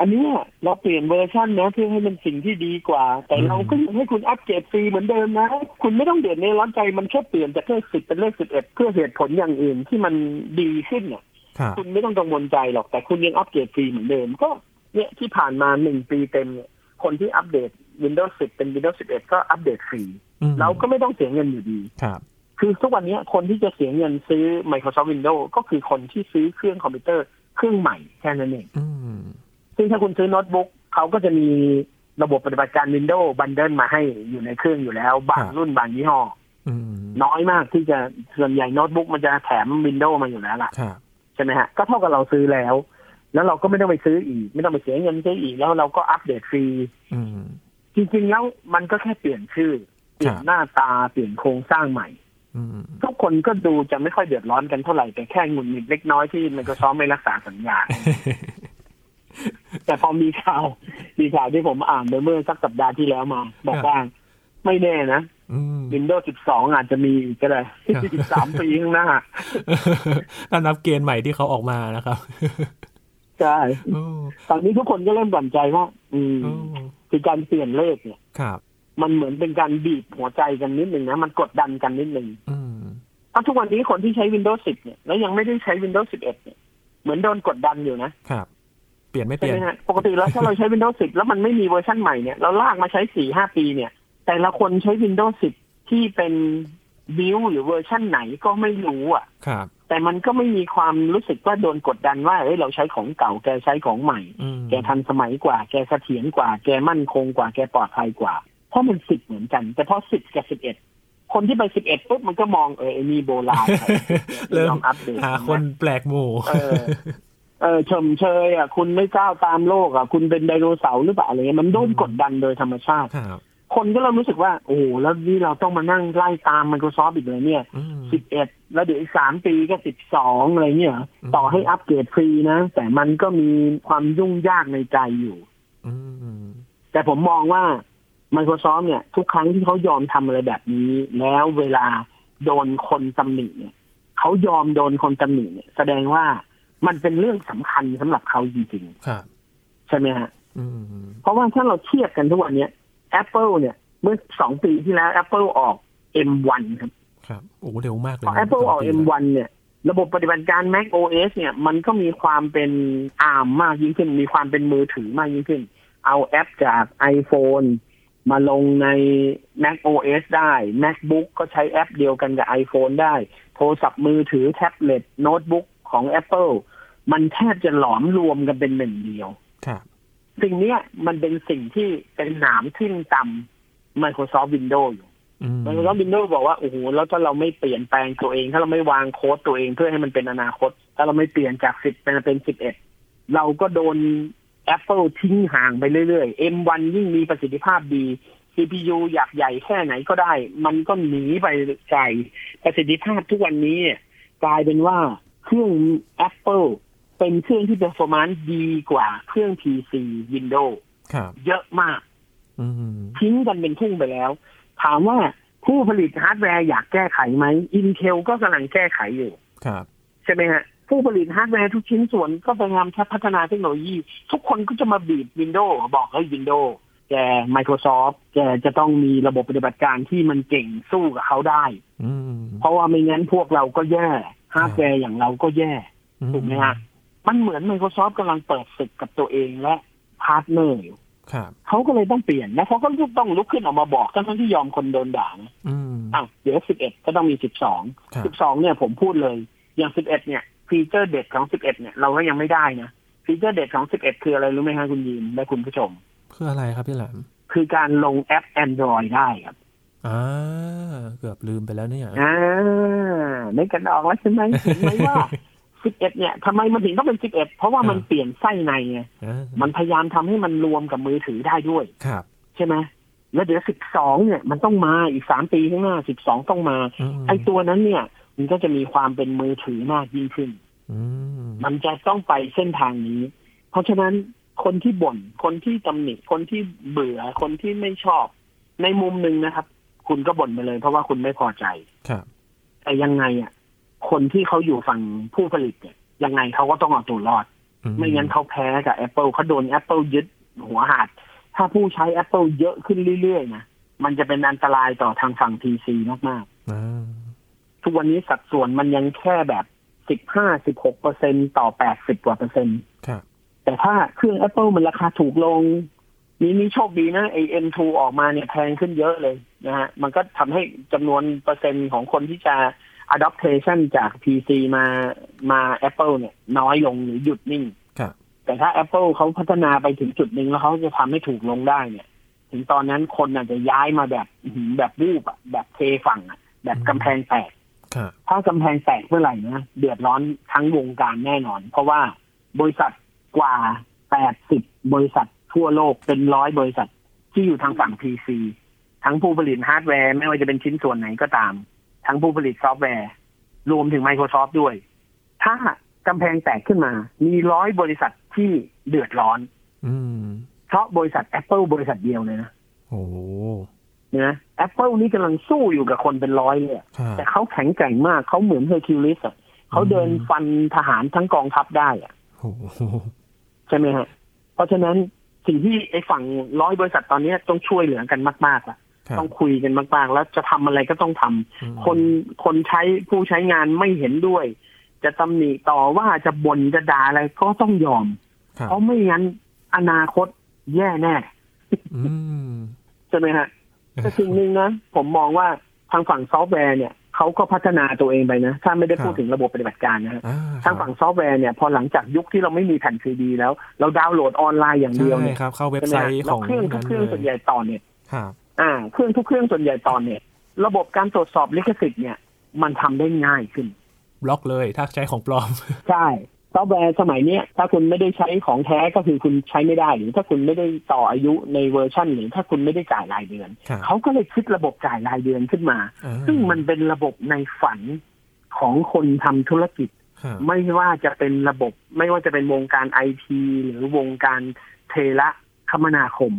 B: อันเนี้ยเราเปลี่ยนเวอร์ชันนะเพื่อให้มันสิ่งที่ดีกว่า แต่
A: อืม
B: เราก็ยังให้คุณอัปเกรดฟรีเหมือนเดิมนะ คุณไม่ต้องเดือดเนื้อร้อนใจมันแค่เปลี่ยนจากเลขสิบเป็นเลขสิบเอ็ดเพื่อเหตุผลอย่างอื่นที่มันดีขึ้นเนี่ย
A: ครับ
B: คุณไม่ต้องกังวลใจหรอกแต่คุณยังอัปเกรดฟรีเหมือนเดิม ก็เนี่ยที่ผ่านมาหนึ่งปีเต็มเนี่ยคนที่อัปเดต Windows 10 เป็น Windows 11 ก็อัปเดตฟรี
A: อืม
B: เราก็ไม่ต้องเสียเงินอยู่ดี
A: ครับ
B: คือทุกวันนี้คนที่จะเสียเงินซื้อ Microsoft Windows ก็คือคนที่ซื้อเครื่องคอมพิวเตอร์เครื่องใหม่แค่นั้นเอง
A: อืม
B: ซึ่งถ้าคุณซื้อโน้ตบุ๊กเขาก็จะมีระบบปฏิบัติการ Windows Bundle มาให้อยู่ในเครื่องอยู่แล้ว บางรุ่นบางยี่ห้อ
A: อืม
B: น้อยมากที่จะส่วนใหญ่โน้ตบุ๊กมันจะแถม Windows มาอยู่แล้วล่ะ
A: ครับ
B: ใช่ไหมฮะ ก็เท่ากับเราซื้อแล้ว แล้วเราก็ไม่ต้องไปซื้ออีก ไม่ต้องไปเสียเงินซื้ออีก แล้วเราก็อัปเดตฟรี
A: อืม
B: จริง ๆ แล้วมันก็แค่เปลี่ยนชื่อ เปลี่ยน
A: ครับ
B: หน้าตาเปลี่ยนโครงสร้างใหม่
A: อืม
B: ทุกคนก็ดูจะไม่ค่อยเดือดร้อนกันเท่าไหร่ แต่แค่หงุนหงิดเล็กน้อยที่มันก็ซ้อมไม่รักษาสัญญา แต่พอมีข่าว มีข่าวที่ผมอ่านไปเมื่อสักสัปดาห์ที่แล้วมา บอกว่าไม่แน่นะ
A: อืม
B: Windows 12 อาจจะมีอีกก็ได้ 13 ปีข้างหน้า
A: ถ้า นับเกณฑ์ใหม่ที่เขาออกมานะครับ
B: ใช่
A: โอ้
B: ตอนนี้ทุกคนก็เริ่มหวั่นใจว่า อืม
A: โอ้
B: คือการเปลี่ยนเลขเนี่ย
A: ครับ
B: มันเหมือนเป็นการบีบหัวใจกันนิดหนึ่งนะ มันกดดันกันนิดหนึ่ง
A: อืม
B: เพราะทุกวันนี้คนที่ใช้ Windows 10 เนี่ย แล้วยังไม่ได้ใช้ Windows 11 เนี่ย เหมือนโดนกดดันอยู่นะครับ
A: เปลี่ยนไม่เป
B: ใช่
A: ลี่ยน
B: ไหมฮะปกติแล้วถ้าเราใช้ Windows 10 แล้วมันไม่มีเวอร์ชันใหม่เนี่ย เราลากมาใช้ 4 5 ปีเนี่ย แต่ละคนใช้ Windows 10 ที่เป็นบิวหรือเวอร์ชันไหนก็ไม่รู้อ่ะ
A: ครับ
B: แต่มันก็ไม่มีความรู้สึกว่าโดนกดดันว่าเอ้ยเราใช้ของเก่าแกใช้ของใหม่
A: อืม
B: แกทันสมัยกว่า แกเสถียรกว่า แกมั่นคงกว่า แกปลอดภัยกว่า เพราะมันสิบเหมือนกัน แต่พอสิบกับสิบเอ็ด คนที่ไปสิบเอ็ดปุ๊บมันก็มองเออไอ้นี่โบราณ
A: เริ่ม
B: ไยออัปเดต
A: หาคนแปลกหมู่
B: เออ เออชมเชยอ่ะ คุณไม่ก้าวตามโลกอ่ะ คุณเป็นไดโนเสาร์หรือเปล่าอะไรเงี้ยมันโดนกดดันโดยธรรมชาติ
A: ครับ
B: คนก็เริ่มรู้สึกว่า โอ้โหแล้วนี่เราต้องมานั่งไล่ตาม Microsoft อีกเลยเนี่ย
A: อืม
B: สิบเอ็ดแล้วเดี๋ยวอีกสามปีก็สิบสองอะไรเงี้ย
A: อืม
B: ต่อให้อัปเกรดฟรีนะ แต่มันก็มีความยุ่งยากในใจอยู่
A: อืม
B: แต่ผมมองว่า Microsoft เนี่ย ทุกครั้งที่เขายอมทำอะไรแบบนี้ แล้วเวลาโดนคนตำหนิเนี่ยเขายอมโดนคนตำหนิเนี่ย แสดงว่ามันเป็นเรื่องสำคัญสำหรับเขาจริง
A: ครับ
B: ๆ ใช่ไหมฮะ
A: อืม
B: เพราะว่าถ้าเราเทียบกันทุกวันเนี้ย Apple เนี่ย เมื่อสองปีที่แล้ว Apple ออก M1 ครับ
A: ครับโอ้เร็วมากเลย
B: พอ
A: นะ
B: Apple ออก M1 เนี่ย ระบบปฏิบัติการ Mac OS เนี่ย มันก็มีความเป็น ARM มากยิ่งขึ้น มีความเป็นมือถือมากยิ่งขึ้น เอาแอปจาก iPhone มาลงใน Mac OS ได้ MacBook ก็ใช้แอปเดียวกันกับ iPhone ได้ โทรศัพท์มือถือแท็บเล็ตโน้ตบุ๊กของ Apple มันแทบจะหลอมรวมกันเป็นหนึ่งเดียว
A: ครับ
B: สิ่งเนี้ยมันเป็นสิ่งที่เป็นหนามทิ่มตำ Microsoft Windows อยู่
A: อืม
B: มันก็วินโดว์บอกว่าโอ้โหแล้วถ้าเราไม่เปลี่ยนแปลงตัวเอง ถ้าเราไม่วางโค้ดตัวเองเพื่อให้มันเป็นอนาคต ถ้าเราไม่เปลี่ยนจากสิบเป็นเป็นสิบเอ็ดเราก็โดน Apple ทิ้งห่างไปเรื่อยๆ M1 ยิ่งมีประสิทธิภาพดี CPU อยากใหญ่แค่ไหนก็ได้ มันก็หนีไปไกลประสิทธิภาพทุกวันนี้เนี่ยกลายเป็นว่าเครื่อง Apple เป็นเครื่องที่ performance ดีกว่าเครื่อง PC Windows
A: ครับ
B: เยอะมาก
A: อืม
B: ทิ้งกันเป็นทุ่งไปแล้ว ถามว่าผู้ผลิตฮาร์ดแวร์อยากแก้ไขไหมอินเทลก็กำลังแก้ไขอยู่
A: ครับ
B: ใช่ไหมฮะ ผู้ผลิตฮาร์ดแวร์ทุกชิ้นส่วนก็พยายามพัฒนาเทคโนโลยี ทุกคนก็จะมาบีบวินโดว์บอกให้วินโดว์แก Microsoft แกจะต้องมีระบบปฏิบัติการที่มันเก่งสู้กับเขาได้
A: อืม
B: เพราะว่าไม่งั้นพวกเราก็แย่ฮาร์ดแวร์อย่างเราก็แย่ ถูกไหมฮะ มันเหมือน Microsoft กำลังเปิดศึกกับตัวเองและพาร์ทเนอร์อยู่
A: ครับ
B: เขาก็เลยต้องเปลี่ยนแล้วเขาก็ต้องลุกขึ้นออกมาบอกทั้งๆที่ยอมคนโดนด่านะ
A: อืม
B: อ้าวเดี๋ยวสิบเอ็ดก็ต้องมีสิบสอง
A: ครับ
B: สิบสองเนี่ยผมพูดเลย อย่างสิบเอ็ดเนี่ย ฟีเจอร์เด็ดของสิบเอ็ดเนี่ยเราก็ยังไม่ได้นะ ฟีเจอร์เด็ดของสิบเอ็ดคืออะไรรู้ไหมฮะคุณยีนและคุณผู้ชม
A: เพื่ออะไรครับพี่หลาม
B: คือการลงแอป Android ได้ครับ
A: อ่าเกือบลืมไปแล้วเนี่ย
B: อ่านึกกันออกแล้วใช่ไหมเห็นไหมว่าสิบเอ็ดเนี่ยทำไมมันถึงต้องเป็นสิบเอ็ดเพราะว่ามันเปลี่ยนไส้ในไง
A: อ่า
B: มันพยายามทำให้มันรวมกับมือถือได้ด้วย
A: ครับ
B: ใช่ไหม แล้วเดี๋ยวสิบสองเนี่ย มันต้องมาอีกสามปีข้างหน้าสิบสองต้องมา
A: อืม
B: ไอ้ตัวนั้นเนี่ย มันก็จะมีความเป็นมือถือมากยิ่งขึ้น
A: อืม
B: มันจะต้องไปเส้นทางนี้ เพราะฉะนั้นคนที่บ่น คนที่ตำหนิ คนที่เบื่อ คนที่ไม่ชอบ ในมุมหนึ่งนะครับ คุณก็บ่นไปเลย เพราะว่าคุณไม่พอใจ
A: ครับ
B: แต่ยังไงอ่ะ คนที่เขาอยู่ฝั่งผู้ผลิตเนี่ยยังไงเขาก็ต้องเอาตัวรอด ไม่งั้นเขาแพ้กับ Apple เขาโดน Apple ยึดหัวหาด ถ้าผู้ใช้ Apple เยอะขึ้นเรื่อยๆนะ มันจะเป็นอันตรายต่อทางฝั่ง PC มาก
A: อ่า
B: ๆ ทุกวันนี้สัดส่วนมันยังแค่แบบ สิบห้าสิบหกเปอร์เซ็นต่อแปดสิบกว่าเปอร์เซ็นต์
A: ครับ
B: แต่ถ้าเครื่อง Apple มันราคาถูกลง นี่นี่โชคดีนะไอ M2 ออกมาเนี่ยแพงขึ้นเยอะเลยนะฮะมันก็ทำให้จำนวนเปอร์เซ็นต์ของคนที่จะ adaptation จาก PC มามา Apple เนี่ยน้อยลงหรือหยุดนิ่ง
A: ครับ
B: แต่ถ้า Apple เขาพัฒนาไปถึงจุดหนึ่งแล้วเขาจะทำให้ถูกลงได้เนี่ย ถึงตอนนั้นคนอาจจะย้ายมาแบบอื้อหือแบบรูปอะแบบเทฝั่งอะแบบกำแพงแตก
A: ครับ
B: ถ้ากำแพงแตกเมื่อไหร่นะเดือดร้อนทั้งวงการแน่นอน เพราะว่าบริษัทกว่า 80 บริษัททั่วโลกเป็นร้อยบริษัทที่อยู่ทางฝั่ง PC ทั้งผู้ผลิตฮาร์ดแวร์ ไม่ว่าจะเป็นชิ้นส่วนไหนก็ตาม ทั้งผู้ผลิตซอฟต์แวร์ รวมถึง Microsoft ด้วย ถ้ากำแพงแตกขึ้นมา มีร้อยบริษัทที่เดือดร้อน
A: อืม
B: เพราะบริษัท Apple บริษัทเดียวเลยนะ
A: โอ้
B: นะแอปเปิลนี่กำลังสู้อยู่กับคนเป็นร้อยเลยอะ
A: ค่ะ
B: แต่เขาแข็งแกร่งมาก เขาเหมือนเฮอร์คิวลิสอะเขาเดิน
A: อืม
B: ฟันทหารทั้งกองทัพได้อะ
A: โอ้โห
B: ใช่ไหมฮะ เพราะฉะนั้นสิ่งที่ไอ้ฝั่งร้อยบริษัทตอนนี้ต้องช่วยเหลือกันมากๆละ
A: ครับ
B: ต้องคุยกันมากๆ แล้วจะทำอะไรก็ต้องทำ
A: อืม
B: คนคนใช้ผู้ใช้งานไม่เห็นด้วย จะตำหนิต่อว่าจะบ่นจะด่าอะไรก็ต้องยอม
A: ครับ
B: เพราะไม่งั้นอนาคตแย่แน่
A: อืม
B: ใช่ไหมฮะ แต่สิ่งหนึ่งนะผมมองว่าทางฝั่งซอฟต์แวร์เนี่ยเขาก็พัฒนาตัวเองไปนะ ถ้าไม่ได้พูดถึงระบบปฏิบัติการนะฮะ
A: อ่
B: ทางฝั่งซอฟต์แวร์เนี่ยพอหลังจากยุคที่เราไม่มีแผ่นซีดีแล้ว เราดาวน์โหลดออนไลน์อย่างเดียว
A: ใช่
B: เนี่ย
A: ครับ เข้าเว็บ
B: ใช่ไห
A: ไซ
B: มฮะ
A: ต์ข
B: แล้ว
A: อง
B: เครื่องทุกเครื่องส่วนใหญ่ตอนเนี่ย
A: ครับ
B: อ่าเครื่องทุกเครื่องส่วนใหญ่ตอนเนี่ยระบบการตรวจสอบลิขสิทธิ์เนี่ยมันทำได้ง่ายขึ้น
A: บล็อกเลยถ้าใช้ของปลอม
B: ใช่ซอฟต์แวร์สมัยเนี้ยถ้าคุณไม่ได้ใช้ของแท้ก็คือคุณใช้ไม่ได้หรือถ้าคุณไม่ได้ต่ออายุในเวอร์ชันหรือถ้าคุณไม่ได้จ่ายรายเดือน
A: ครับ
B: เขาก็เลยคิดระบบจ่ายรายเดือนขึ้นมา
A: อ่า
B: ซึ่งมันเป็นระบบในฝันของคนทำธุรกิจ
A: ครับ
B: ไม่ว่าจะเป็นระบบไม่ว่าจะเป็นวงการไอทีหรือวงการเทเลคมนาคม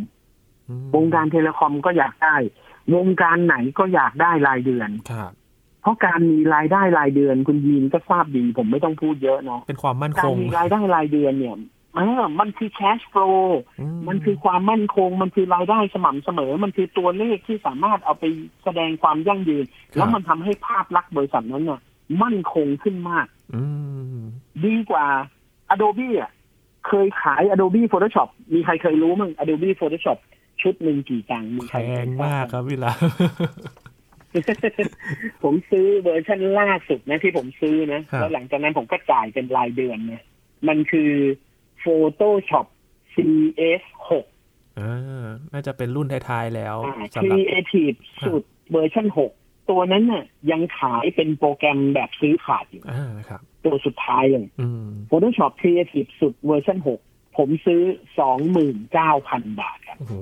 A: อืม
B: วงการเทเลคอมก็อยากได้ วงการไหนก็อยากได้รายเดือน
A: ครับ
B: เพราะการมีรายได้รายเดือนคุณยีนก็ทราบดี ผมไม่ต้องพูดเยอะเนาะ
A: เป็นความมั่น
B: กา
A: ค
B: รง มีรายได้รายเดือนเนี่ยเออมันคือ cash flow
A: อื
B: มันคือความมั่นคง มันคือรายได้สม่ำเสมอ มันคือตัวเลขที่สามารถเอาไปแสดงความยั่งยืน แล้วมันทำให้ภาพลักษณ์บริษัทนั้นน่ะมั่นคงขึ้นมาก
A: อืม
B: ดีกว่า Adobe อ่ะเคยขาย Adobe Photoshop มีใครเคยรู้มั้ง Adobe Photoshop ชุดหนึ่งกี่ตังค์มี
A: แพ
B: ใครเคย
A: ง
B: รู้
A: มากครับพี่ลา
B: ผมซื้อเวอร์ชันล่าสุดนะที่ผมซื้อนะ
A: ครับ
B: แล้วหลังจากนั้นผมก็จ่ายเป็นรายเดือนเนี่ยมันคือ Photoshop CS6
A: อ่าน่าจะเป็นรุ่นท้ายๆแล้ว
B: อ่า
A: สำหรับ
B: Creative
A: ครับ
B: สุดเวอร์ชัน6 ตัวนั้นน่ะยังขายเป็นโปรแกรมแบบซื้อขาดอยู่
A: อ่าครับ
B: ตัวสุดท้ายเลย
A: อืม
B: Photoshop Creative สุดเวอร์ชัน6 ผมซื้อ 29,000 บาทครับ
A: โอ้โห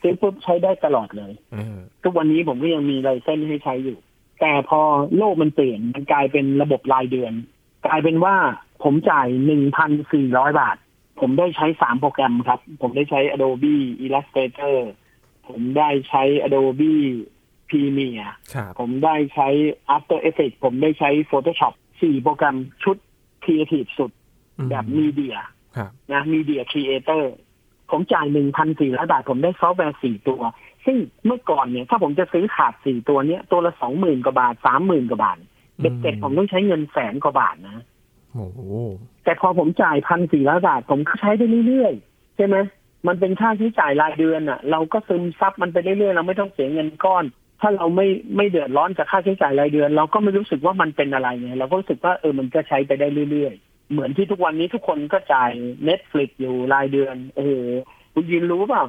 B: ซื้อปุ๊บใช้ได้ตลอดเลย
A: อ่า
B: ทุกวันนี้ผมก็ยังมีไลเซนส์ให้ใช้อยู่ แต่พอโลกมันเปลี่ยน มันกลายเป็นระบบรายเดือน กลายเป็นว่าผมจ่าย 1,400 บาท ผมได้ใช้ 3 โปรแกรมครับ ผมได้ใช้ Adobe Illustrator ผมได้ใช้ Adobe Premiere
A: ครับ
B: ผมได้ใช้ After Effects ผมได้ใช้ Photoshop 4 โปรแกรมชุด Creative สุด
A: อื
B: แบบ Media
A: ครับ
B: นะมีเดียครีเอเตอร์ผมจ่ายหนึ่งพันสี่ร้อยบาท ผมได้ซอฟต์แวร์สี่ตัว ซึ่งเมื่อก่อนเนี่ย ถ้าผมจะซื้อขาดสี่ตัวเนี้ย ตัวละสองหมื่นกว่าบาทสามหมื่นกว่าบาทเบ็ดเสร็จ
A: อืม
B: ผมต้องใช้เงินแสนกว่าบาทนะ
A: โอ้โห
B: แต่พอผมจ่ายพันสี่ร้อยบาท ผมก็ใช้ได้เรื่อยๆ ใช่ไหมมันเป็นค่าใช้จ่ายรายเดือนอ่ะ เราก็ซึมซับมันไปเรื่อยๆ เราไม่ต้องเสียเงินก้อน ถ้าเราไม่ไม่เดือดร้อนจากค่าใช้จ่ายรายเดือน เราก็ไม่รู้สึกว่ามันเป็นอะไรไงเราก็รู้สึกว่าเออมันก็ใช้ไปได้เรื่อยๆ เหมือนที่ทุกวันนี้ทุกคนก็จ่าย Netflix อยู่รายเดือนโอ้โหคุณยินรู้เปล่า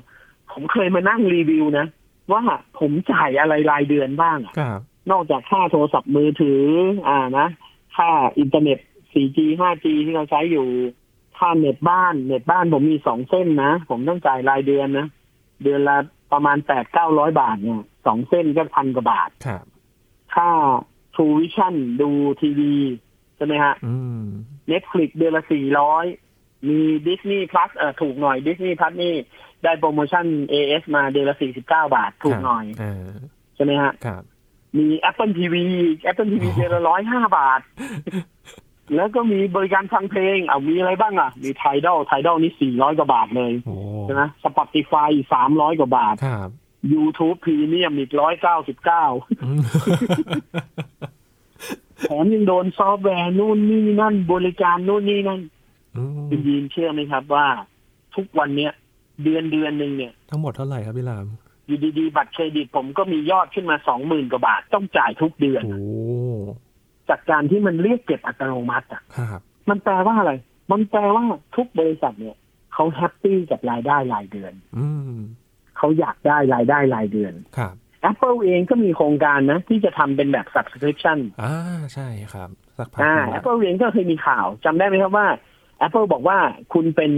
B: ผมเคยมานั่งรีวิวนะ ว่าผมจ่ายอะไรรายเดือนบ้างอะ
A: ครับ
B: นอกจากค่าโทรศัพท์มือถือ อ่านะ ค่าอินเทอร์เน็ต 4G 5G ที่เราใช้อยู่ ค่าเน็ตบ้าน เน็ตบ้านผมมีสองเส้นนะ ผมต้องจ่ายรายเดือนนะ เดือนละประมาณแปดเก้าร้อยบาทเนี่ยสองเส้นก็พันกว่าบาท
A: ครับ
B: ค่า True Vision ดูทีวี ใช่ไหมฮะ
A: อืม
B: Netflix เดือนละสี่ร้อยมี Disney Plus เออถูกหน่อย Disney Plus นี่ได้โปรโมชั่น AS มาเดือนละสี่สิบเก้าบาท ถูกหน่อย
A: ครับอ่า
B: ใช่ไหมฮะ
A: ครับ
B: มี Apple TV Apple TV เดือนละร้อยห้าบา ท แล้วก็มีบริการฟังเพลง เอามีอะไรบ้างอ่ะ มี Tidal Tidal นี่สี่ร้อยกว่าบาทเลย
A: โอ้
B: ใช่ไหม Spotify อีกสามร้อยกว่าบาท
A: ครับ
B: YouTube Premium อีกร้อยเก้าสิบเก้า
A: อืม
B: แถมยังโดนซอฟต์แวร์นู่นนี่นั่น บริการนู่นนี่นั่น
A: อืม
B: คุณยีนเชื่อไหมครับว่า ทุกวันเนี้ย เดือนเดือนหนึ่งเนี่ย
A: ทั้งหมดเท่าไหร่ครับพี่หลาม
B: อยู่ดีๆ บัตรเครดิตผมก็มียอดขึ้นมาสองหมื่นกว่าบาท ต้องจ่ายทุกเดือน
A: โอ้
B: จากการที่มันเรียกเก็บอัตโนมัติอ่ะ
A: ครับ
B: มันแปลว่าอะไร มันแปลว่าทุกบริษัทเนี่ยเขาแฮปปี้กับรายได้รายเดือน
A: อืม
B: เขาอยากได้รายได้รายเดือน
A: ครับ
B: Apple เองก็มีโครงการนะ ที่จะทำเป็นแบบ subscription
A: อ่าใช่ครับ สักพัก
B: อ่า
A: หนึ่งละ
B: Apple เองก็เคยมีข่าวจำได้ไหมครับว่า Apple บอกว่าคุณเป็น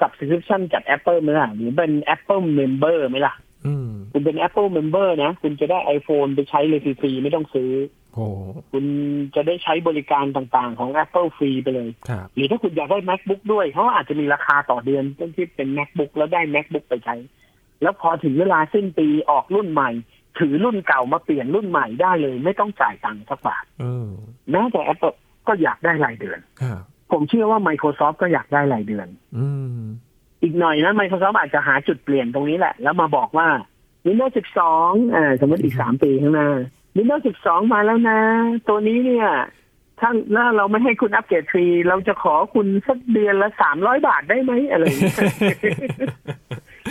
B: subscription จาก Apple ไหมล่ะหรือเป็น Apple member ไหมล่ะ
A: อืม
B: คุณเป็น Apple member นะ คุณจะได้ iPhone ไปใช้เลยฟรีๆไม่ต้องซื้อ
A: โอ้
B: คุณจะได้ใช้บริการต่างๆของ Apple ฟรีไปเลย
A: ครับ
B: หรือถ้าคุณอยากได้ macbook ด้วยเขาอาจจะมีราคาต่อเดือนต้นที่เป็น macbook แล้วได้ macbook ไปใช้ แล้วพอถึงเวลาสิ้นปีออกรุ่นใหม่ ถือรุ่นเก่ามาเปลี่ยนรุ่นใหม่ได้เลย ไม่ต้องจ่ายตังค์สักบาท
A: เออ
B: แม้แต่ Apple ก็อยากได้รายเดือน
A: ครับ
B: ผมเชื่อว่า Microsoft ก็อยากได้รายเดือน
A: อื ม
B: อีกหน่อยนะ Microsoft อาจจะหาจุดเปลี่ยนตรงนี้แหละ แล้วมาบอกว่า Windows 12อ่าสมมติอีก 3 ปีข้างหน้า Windows 12 มาแล้วนะ ตัวนี้เนี่ยถ้าถ้าเราไม่ให้คุณอัปเกรดฟรีเราจะขอคุณสักเดือนละ 300 บาทได้ไหมอะไรอย่างเงี้ ย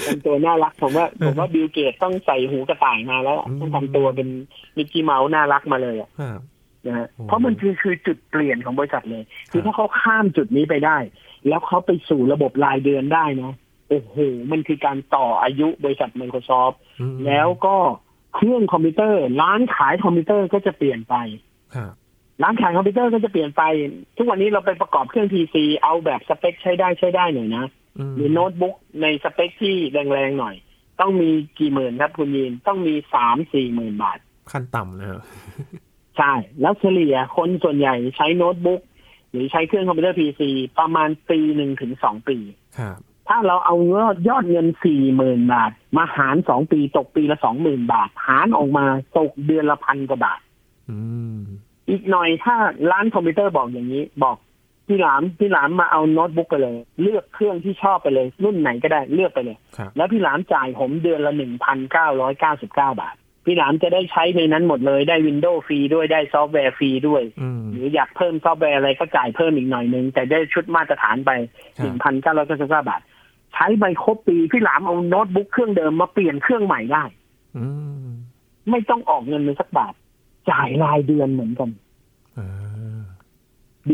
B: เป็นตัวน่ารัก ผมว่าผมว่าบิลเกตต้องใส่หูกระต่ายมาแล้วอะต้องทำตัวเป็นมิกกี้เมาส์น่ารักมาเลยอะ
A: ครับ
B: นะฮะ
A: อืม
B: เพราะมันคือคือจุดเปลี่ยนของบริษัทเลย คือถ้าเขาข้ามจุดนี้ไปได้ แล้วเขาไปสู่ระบบรายเดือนได้นะโอ้โห มันคือการต่ออายุบริษัท Microsoft
A: อืม
B: แล้วก็เครื่องคอมพิวเตอร์ ร้านขายคอมพิวเตอร์ก็จะเปลี่ยนไป
A: ครับ
B: ร้านขายคอมพิวเตอร์ก็จะเปลี่ยนไป ทุกวันนี้เราไปประกอบเครื่อง PC เอาแบบสเปคใช้ได้ใช้ได้หน่อยนะ
A: อืม
B: หรือโน้ตบุ๊กในสเปคที่แรงๆหน่อย ต้องมีกี่หมื่นครับคุณยีนต้องมีสามสี่หมื่นบาท
A: ขั้นต่ำนะครับ
B: ใช่ แล้วเฉลี่ยคนส่วนใหญ่ใช้โน้ตบุ๊กหรือใช้เครื่องคอมพิวเตอร์พีซีประมาณปีหนึ่งถึงสองปี
A: ครับ
B: ถ้าเราเอายอดยอดเงินสี่หมื่นบาท มาหารสองปีตกปีละสองหมื่นบาท หารออกมาตกเดือนละพันกว่าบาท
A: อืม
B: อีกหน่อยถ้าร้านคอมพิวเตอร์บอกอย่างนี้ บอกพี่หลามพี่หลามมาเอาโน้ตบุ๊กไปเลย เลือกเครื่องที่ชอบไปเลย รุ่นไหนก็ได้เลือกไปเลย
A: ครับ
B: แล้วพี่หลามจ่ายผมเดือนละหนึ่งพันเก้าร้อยเก้าสิบเก้าบาท พี่หลามจะได้ใช้ในนั้นหมดเลยได้วินโดว์ฟรีด้วยได้ซอฟต์แวร์ฟรีด้วย
A: อืม
B: หรืออยากเพิ่มซอฟต์แวร์อะไรก็จ่ายเพิ่มอีกหน่อยนึง แต่ได้ชุดมาตรฐานไป
A: ครั
B: ห
A: บ
B: นึ่งพันเก้าร้อยเก้าสิบเก้าบาท ใช้ไปครบปี พี่หลามเอาโน้ตบุ๊กเครื่องเดิมมาเปลี่ยนเครื่องใหม่ได้
A: อืม
B: ไม่ต้องออกเงินเลยสักบาท จ่ายรายเดือนเหมือนกัน
A: อ่า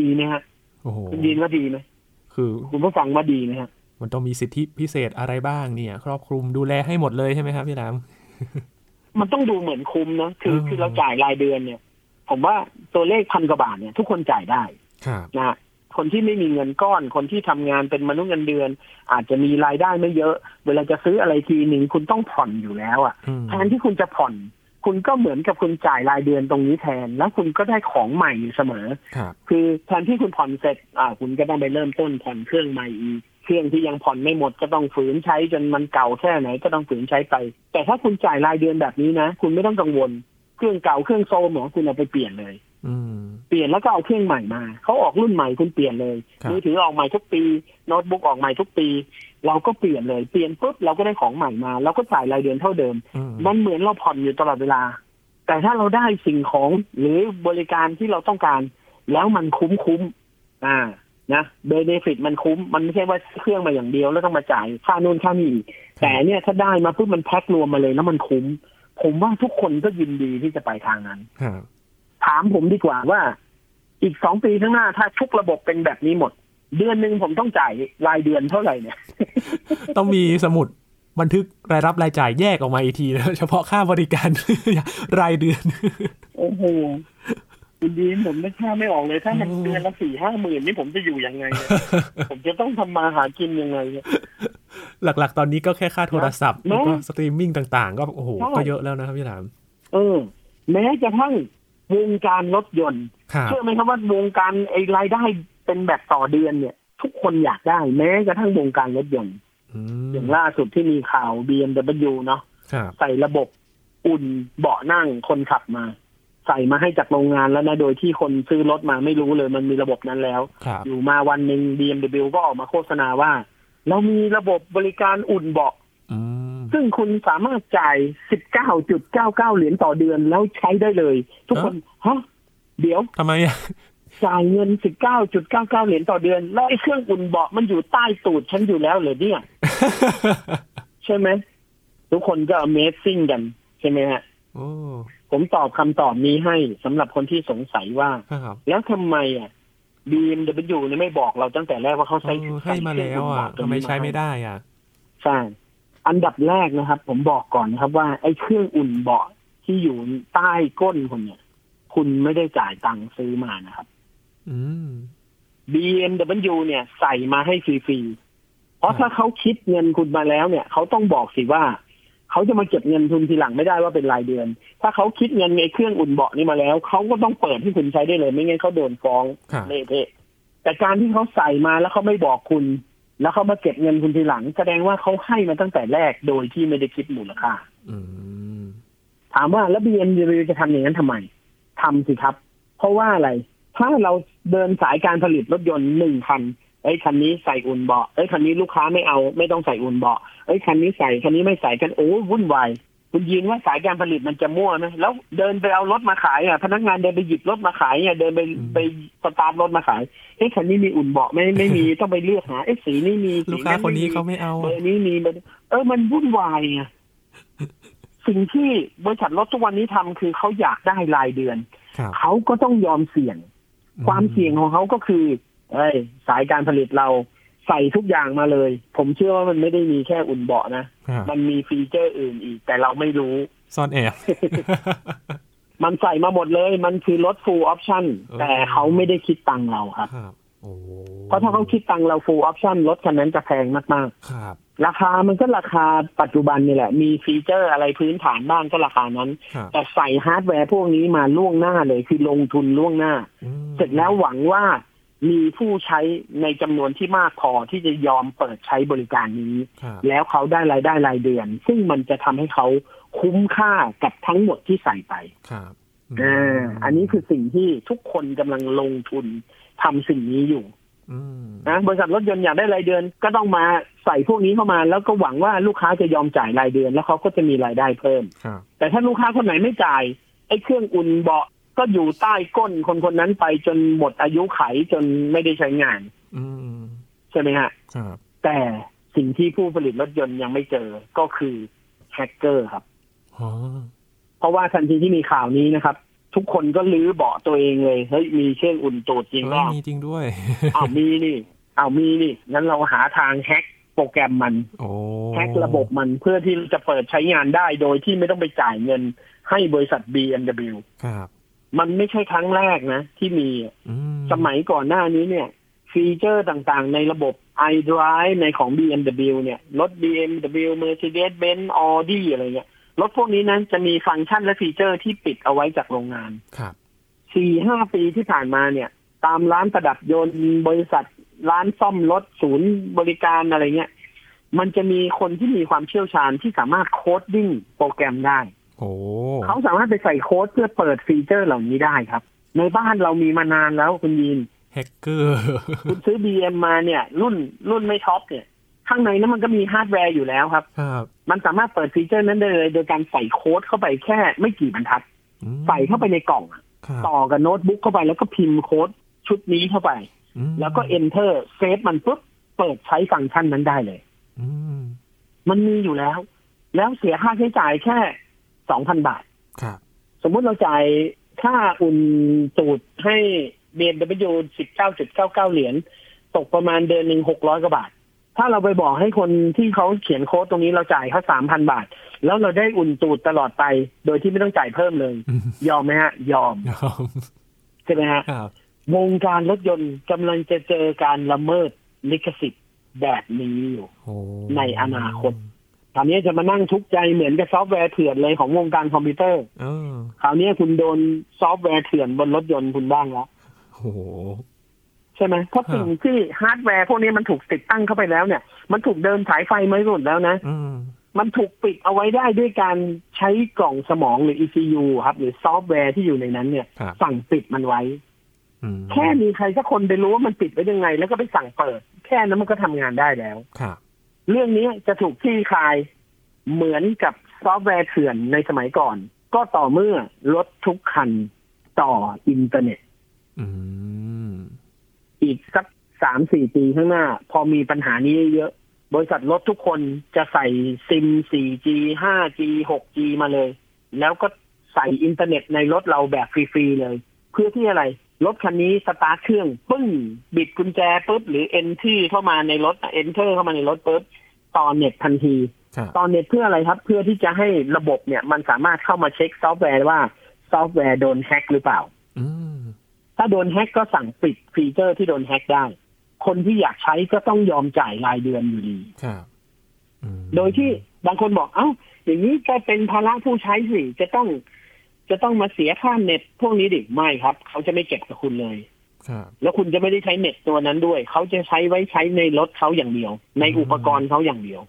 B: ดีไหมฮะ
A: โอ้โห
B: คุณดีนว่าดีไหม
A: คือ
B: คุณผู้ฟังว่าดีไหมฮะ
A: มันต้องมีสิทธิพิเศษอะไรบ้างเนี่ย ครอบคลุมดูแลให้หมดเลยใช่ไหมครับพี่หลาม
B: มันต้องดูเหมือนคุ้มนะคือ
A: เออ
B: คือเราจ่ายรายเดือนเนี่ย ผมว่าตัวเลขพันกว่าบาทเนี่ย ทุกคนจ่ายได้
A: ครับ
B: นะฮะคนที่ไม่มีเงินก้อน คนที่ทำงานเป็นมนุษย์เงินเดือน อาจจะมีรายได้ไม่เยอะ เวลาจะซื้ออะไรทีหนึ่งคุณต้องผ่อนอยู่แล้วอ่ะ
A: อืม
B: แทนที่คุณจะผ่อน คุณก็เหมือนกับคุณจ่ายรายเดือนตรงนี้แทน แล้วคุณก็ได้ของใหม่อยู่เสมอ
A: ครับ
B: คือแทนที่คุณผ่อนเสร็จ อ่า คุณก็ต้องไปเริ่มต้นผ่อนเครื่องใหม่อีก เครื่องที่ยังผ่อนไม่หมดก็ต้องฝืนใช้จนมันเก่าแค่ไหนก็ต้องฝืนใช้ไป แต่ถ้าคุณจ่ายรายเดือนแบบนี้นะ คุณไม่ต้องกังวล เครื่องเก่าเครื่องโซมเหรอคุณเอาไปเปลี่ยนเลย
A: อืม
B: เปลี่ยนแล้วก็เอาเครื่องใหม่มา เขาออกรุ่นใหม่คุณเปลี่ยนเลย
A: ครับ
B: มือถือออกใหม่ทุกปี โน้ตบุ๊กออกใหม่ทุกปี เราก็เปลี่ยนเลย เปลี่ยนปุ๊บเราก็ได้ของใหม่มา เราก็จ่ายรายเดือนเท่าเดิม
A: อืม
B: มันเหมือนเราผ่อนอยู่ตลอดเวลา แต่ถ้าเราได้สิ่งของหรือบริการที่เราต้องการ แล้วมันคุ้มคุ้มๆอ่า นะเบเนฟิตมันคุ้ม มันไม่ใช่ว่าเครื่องมาอย่างเดียวแล้วต้องมาจ่ายค่านู่นค่านี่อีกแต่เนี่ยถ้าได้มาปุ๊บมันแพ็ครวมมาเลยแล้วมันคุ้ม ผมว่าทุกคนก็ยินดีที่จะไปทางนั้น
A: ครับ
B: ถามผมดีกว่าว่า อีกสองปีข้างหน้าถ้าทุกระบบเป็นแบบนี้หมด เดือนหนึ่งผมต้องจ่ายรายเดือนเท่าไหร่เนี่ย
A: ต้องมีสมุดบันทึกรายรับรายจ่ายแยกออกมาอีกทีนะ เฉพาะค่าบริการ รายเดือน
B: โอ้โหคุณดีนผมนึกภาพไม่ออกเลย ถ้ามัน
A: อืม
B: เดือนละสี่ห้าหมื่นนี่ผมจะอยู่ยังไง เนี่ย ผมจะต้องทำมาหากินยังไงเนี่ย
A: หลักๆ ตอนนี้ก็แค่ค่าโทรศัพท์
B: เนอะ
A: แล้วก็สตรีมมิ่งต่างๆ ก็โอ้โห
B: ใช่
A: ก็เยอะแล้วนะครับพี่หลาม
B: เออ แม้กระทั่งวงการรถยนต์
A: ครับ
B: เชื่อไหมครับว่าวงการไอ้รายได้เป็นแบบต่อเดือนเนี่ย ทุกคนอยากได้ แม้กระทั่งวงการรถยนต์
A: อืม
B: อย่างล่าสุดที่มีข่าว BMW เนาะ
A: ครับ
B: ใส่ระบบอุ่นเบาะนั่งคนขับมา ใส่มาให้จากโรงงานแล้วนะโดยที่คนซื้อรถมาไม่รู้เลยมันมีระบบนั้นแล้ว
A: ครับ
B: อยู่มาวันหนึ่ง BMW ก็ออกมาโฆษณาว่า เรามีระบบบริการอุ่นเบาะ
A: อืม
B: ซึ่งคุณสามารถจ่าย 19.99 เหรียญต่อเดือนแล้วใช้ได้เลย ทุกคน ฮะ เดี๋ยว
A: ทำไมอ่ะ
B: จ่ายเงิน 19.99 เหรียญต่อเดือน แล้วไอ้เครื่องอุ่นเบาะมันอยู่ใต้ตูดฉันอยู่แล้วเหรอเนี่ย ใช่ไหม ทุกคนก็ Amazing กัน ใช่ไหมฮะ
A: โอ้
B: ผมตอบคำตอบนี้ให้สำหรับคนที่สงสัยว่า
A: ครับ
B: แล้วทำไมอ่ะ BMW เนี่ยไม่บอกเราตั้งแต่แรกว่าเขา
A: เอ
B: ใช้
A: อให้มาแล้วอ่ะทำไมใช้ไม่ได้อ่ะ
B: ใช่อันดับแรกนะครับ ผมบอกก่อนนะครับว่าไอ้เครื่องอุ่นเบาะที่อยู่ใต้ก้นคุณเนี่ย คุณไม่ได้จ่ายตังค์ซื้อมานะครับ
A: อืม
B: BMW เนี่ยใส่มาให้ฟรีๆ เพ
A: ค
B: ราะ
A: รับ
B: ถ้าเขาคิดเงินคุณมาแล้วเนี่ย เขาต้องบอกสิว่า เขาจะมาเก็บเงินทุนทีหลังไม่ได้ว่าเป็นรายเดือน ถ้าเขาคิดเงินในเครื่องอุ่นเบาะนี่มาแล้ว เขาก็ต้องเปิดให้คุณใช้ได้เลยไม่งั้นเขาโดนฟ้อง
A: ครับ
B: เละเทะแต่การที่เขาใส่มาแล้วเขาไม่บอกคุณ แล้วเขามาเก็บเงินคุณทีหลัง แสดงว่าเขาให้มาตั้งแต่แรกโดยที่ไม่ได้คิดมูลค่า
A: อืม
B: ถามว่าแล้ว BMW จะทำอย่างนั้นทำไมทำสิครับ เพราะว่าอะไร ถ้าเราเดินสายการผลิตรถยนต์หนึ่งคันไอ้ยคันนี้ใส่อุ่นเบาะไอ้ยคันนี้ลูกค้าไม่เอาไม่ต้องใส่อุ่นเบาะไอ้ยคันนี้ใส่คันนี้ไม่ใส่กันโอ้ยวุ่นวายคุณยินว่าสายการผลิตมันจะมั่วไหมแล้วเดินไปเอารถมาขายอ่ะพนักงานเดินไปหยิบรถมาขายอ่ะเดินไปไปสตาร์ทรถมาขายไอ้ยคันนี้มีอุ่นเบาะไหม่ไม่มีต้องไปเลือกหาไอ้ยสีนี่มีสี
A: ลูกค้าคนนี้
B: ไม่มี
A: เขาไม่เอา
B: เบอร์นี้มีเบอร์นี้เออ มันวุ่นวายไง สิ่งที่บริษัทรถทุกวันนี้ทำคือเขาอยากได้รายเดือน
A: ครับ
B: เขาก็ต้องยอมเสี่ยง ความเสี่ยงของเขาก็คือ เอ้ย สายการผลิตเราใส่ทุกอย่างมาเลย ผมเชื่อว่ามันไม่ได้มีแค่อุ่นเบาะนะ
A: ครับ
B: มันมีฟีเจอร์อื่นอีก แต่เราไม่รู้
A: ซ่อนแอบ
B: มันใส่มาหมดเลย มันคือรถ full option
A: เออ
B: แต่เขาไม่ได้คิดตังค์เราครับ
A: ครับโอ้
B: เพราะถ้าเขาคิดตังค์เรา full option รถคันนั้นจะแพงมากๆ
A: ครับ
B: ราคามันก็ราคาปัจจุบันนี่แหละ มีฟีเจอร์อะไรพื้นฐานบ้างก็ราคานั้น
A: ครับ
B: แต่ใส่ฮาร์ดแวร์พวกนี้มาล่วงหน้าเลยคือลงทุนล่วงหน้า
A: อืม
B: เสร็จแล้วหวังว่ามีผู้ใช้ในจำนวนที่มากพอที่จะยอมเปิดใช้บริการนี้
A: ครับ
B: แล้วเขาได้รายได้รายเดือน ซึ่งมันจะทำให้เขาคุ้มค่ากับทั้งหมดที่ใส่ไป
A: ครับ
B: อ่าอันนี้คือสิ่งที่ทุกคนกำลังลงทุนทำสิ่งนี้อยู่
A: ม
B: นะบริษัทรถยนต์อยากได้รายเดือนก็ต้องมาใส่พวกนี้เข้ามา แล้วก็หวังว่าลูกค้าจะยอมจ่ายรายเดือน แล้วเขาก็จะมีรายได้เพิ่ม
A: ครับ
B: แต่ถ้าลูกค้าคนไหนไม่จ่ายไอ้เครื่องอุ่นเบาะก็อยู่ใต้ก้นคนคนนั้นไปจนหมดอายุไขจนไม่ได้ใช้งาน
A: อืม
B: ใช่ไหมฮะ
A: ครับ
B: แต่สิ่งที่ผู้ผลิตรถยนต์ยังไม่เจอก็คือแฮกเกอร์ครับ
A: อ๋อ
B: เพราะว่าทันทีที่มีข่าวนี้นะครับ ทุกคนก็ลื้อเบาะตัวเองเลยเฮ้ยมีเครื่องอุ่นตูดจริง
A: เอ
B: เป
A: อ
B: ล่า
A: มีจริงด้วย
B: เอาวมีนี่เอาวมีนี่งั้นเราหาทางแฮ็กโปรแกรมมัน
A: โอ้
B: แฮ็กระบบมันเพื่อที่จะเปิดใช้งานได้โดยที่ไม่ต้องไปจ่ายเงินให้บริษัท BMW
A: ครับ
B: มันไม่ใช่ครั้งแรกนะ ที่มี
A: อื
B: สมัยก่อนหน้านี้เนี่ย ฟีเจอร์ต่างๆ ในระบบ iDrive ในของ BMW เนี่ย รถ BMW Mercedes-Benz Audi อะไรเงี้ย รถพวกนี้นะจะมีฟังก์ชันและฟีเจอร์ที่ปิดเอาไว้จากโรงงาน
A: ครับ
B: สี่ห้าปีที่ผ่านมาเนี่ย ตามร้านประดับยนต์บริษัท ร้านซ่อมรถศูนย์บริการอะไรเงี้ย มันจะมีคนที่มีความเชี่ยวชาญที่สามารถโคดดิ้งโปรแกรมได้
A: โอ้
B: เขาสามารถไปใส่โค้ดเพื่อเปิดฟีเจอร์เหล่านี้ได้ครับ ในบ้านเรามีมานานแล้วคุณยีน
A: แฮกเกอร์
B: คุณซื้อ BM มาเนี่ย รุ่นรุ่นไม่ท็อปเนี่ย ข้างในนั้นมันก็มีฮาร์ดแวร์อยู่แล้วครับ
A: ครับ
B: มันสามารถเปิดฟีเจอร์นั้นได้เลย โดยการใส่โค้ดเข้าไปแค่ไม่กี่บรรทัด
A: อืม
B: ใส่เข้าไปในกล่องอะ
A: ครับ
B: ต่อกับโน้ตบุ๊กเข้าไปแล้วก็พิมพ์โค้ดชุดนี้เข้าไป
A: อืม
B: แล้วก็ enter เซฟมันปุ๊บเปิดใช้ฟังก์ชันนั้นได้เลย
A: อืม
B: มันมีอยู่แล้ว แล้วเสียค่าใช้จ่ายแค่สองพันบาท
A: ครับ
B: สมมุติเราจ่ายค่าอุ่นตูดให้เบนดับเบิลยูสิบเก้าจุดเก้าเก้าเหรียญตกประมาณเดือนหนึ่งหกร้อยกว่าบาท ถ้าเราไปบอกให้คนที่เขาเขียนโค้ดตรงนี้เราจ่ายเขาสามพันบาท แล้วเราได้อุ่นตูดตลอดไป โดยที่ไม่ต้องจ่ายเพิ่มเลย
A: อืม
B: ยอมไหมฮะ ยอม
A: ยอม
B: ใช่ไหมฮะ
A: ครับ
B: วงการรถยนต์กำลังจะเจอการละเมิดลิขสิทธิ์แบบนี้อยู่
A: โอ้
B: ในอนาคต คราวนี้จะมานั่งทุกข์ใจเหมือนกับซอฟต์แวร์เถื่อนเลยของวงการคอมพิวเตอร์
A: เออ
B: คราวนี้คุณโดนซอฟต์แวร์เถื่อนบนรถยนต์คุณบ้างแล้ว
A: โอ้
B: ใช่ไหมเพราะ
A: ครับ
B: สิ่งที่ฮาร์ดแวร์พวกนี้มันถูกติดตั้งเข้าไปแล้วเนี่ย มันถูกเดินสายไฟไม่หลุดแล้วนะ
A: อืม
B: มันถูกปิดเอาไว้ได้ด้วยการใช้กล่องสมองหรือ ECU ครับ หรือซอฟต์แวร์ที่อยู่ในนั้นเนี่ย
A: ครับ
B: สั่งปิดมันไว้
A: อืม
B: แค่มีใครสักคนไปรู้ว่ามันปิดไว้ยังไง แล้วก็ไปสั่งเปิด แค่นั้นมันก็ทำงานได้แล้ว
A: ครับ
B: เรื่องนี้จะถูกคลี่คลายเหมือนกับซอฟต์แวร์เถื่อนในสมัยก่อน ก็ต่อเมื่อรถทุกคัน ต่ออินเทอร์เน็ต
A: อืม
B: อีกสักสามสี่ปีข้างหน้า พอมีปัญหานี้เยอะๆบริษัทรถทุกคนจะใส่ซิม 4G 5G 6G มาเลย แล้วก็ใส่อินเทอร์เน็ตในรถเราแบบฟรีๆเลย เพื่อที่อะไร รถคันนี้สตาร์ทเครื่อง ปึ้ง บิดกุญแจปุ๊บ หรือ entry เข้ามาในรถ enter เข้ามาในรถปุ๊บต่อเน็ตทันที
A: ครับ
B: ตอนเน็ตเพื่ออะไรครับ เพื่อที่จะให้ระบบเนี่ย มันสามารถเข้ามาเช็คซอฟต์แวร์ว่าซอฟต์แวร์โดนแฮ็กหรือเปล่า
A: อืม
B: ถ้าโดนแฮ็กก็สั่งปิดฟีเจอร์ที่โดนแฮ็กได้ คนที่อยากใช้ก็ต้องยอมจ่ายรายเดือนอยู่ดี
A: ครับอืม
B: โดยที่บางคนบอกเอ้า อย่างนี้ก็เป็นภาระผู้ใช้สิ จะต้อง จะต้องมาเสียค่าเน็ตพวกนี้ดิไม่ครับ เขาจะไม่เก็บกับคุณเลย
A: ครับ
B: แล้วคุณจะไม่ได้ใช้เน็ตตัวนั้นด้วย เขาจะใช้ไว้ใช้ในรถเขาอย่างเดียว ในอุปกรณ์เขาอย่างเดียว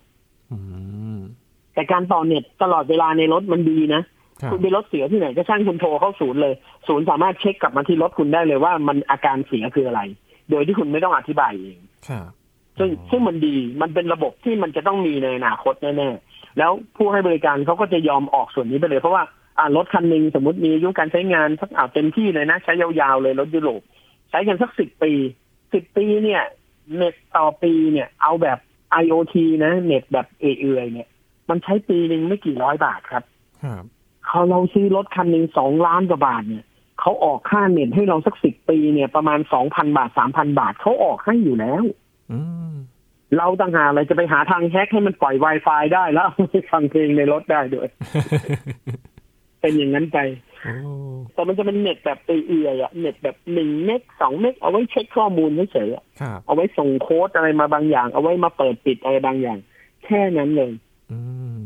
A: อืม
B: แต่การต่อเน็ตตลอดเวลาในรถมันดีนะ
A: ครับ
B: คุณไปรถเสียที่ไหนก็ช่างคุณโทรเข้าศูนย์เลย ศูนย์สามารถเช็คกลับมาที่รถคุณได้เลยว่ามันอาการเสียคืออะไร โดยที่คุณไม่ต้องอธิบายเอง
A: ครับ
B: ซึ่ง
A: อ๋อ
B: ซึ่งมันดีมันเป็นระบบที่มันจะต้องมีในอนาคตแน่ๆ แล้วผู้ให้บริการเขาก็จะยอมออกส่วนนี้ไปเลย เพราะว่าอ่ารถคันหนึ่งสมมติมีอายุการใช้งานสักอ่าเต็มที่เลยนะ ใช้ยาวๆเลยรถยุโรปใช้กันสักสิบปีสิบปีเนี่ยเน็ตต่อปีเนี่ยเอาแบบ IoT นะเน็ตแบบเอื่อยๆเนี่ย มันใช้ปีหนึ่งไม่กี่ร้อยบาทครับ
A: ครับ
B: เขาเราซื้อรถคันหนึ่งสองล้านกว่าบาทเนี่ยเขาออกค่าเน็ตให้เราสักสิบปีเนี่ยประมาณสองพันบาทสามพันบาทเขาออกให้อยู่แล้ว
A: อืม
B: เราต่างหากอะไรจะไปหาทางแฮกให้มันปล่อย Wi-Fi ได้แล้ว เอาไปฟังเพลงในรถได้ด้วย เป็นอย่างนั้นไป
A: โอ้
B: แต่มันจะเป็นเน็ตแบบเอื่อยๆอะเน็ตแบบหนึ่งเมกสองเมกเอาไว้เช็คข้อมูลเฉยๆอะ
A: ครับ
B: เอาไว้ส่งโค้ดอะไรมาบางอย่าง เอาไว้มาเปิดปิดอะไรบางอย่าง แค่นั้นเลย
A: อืม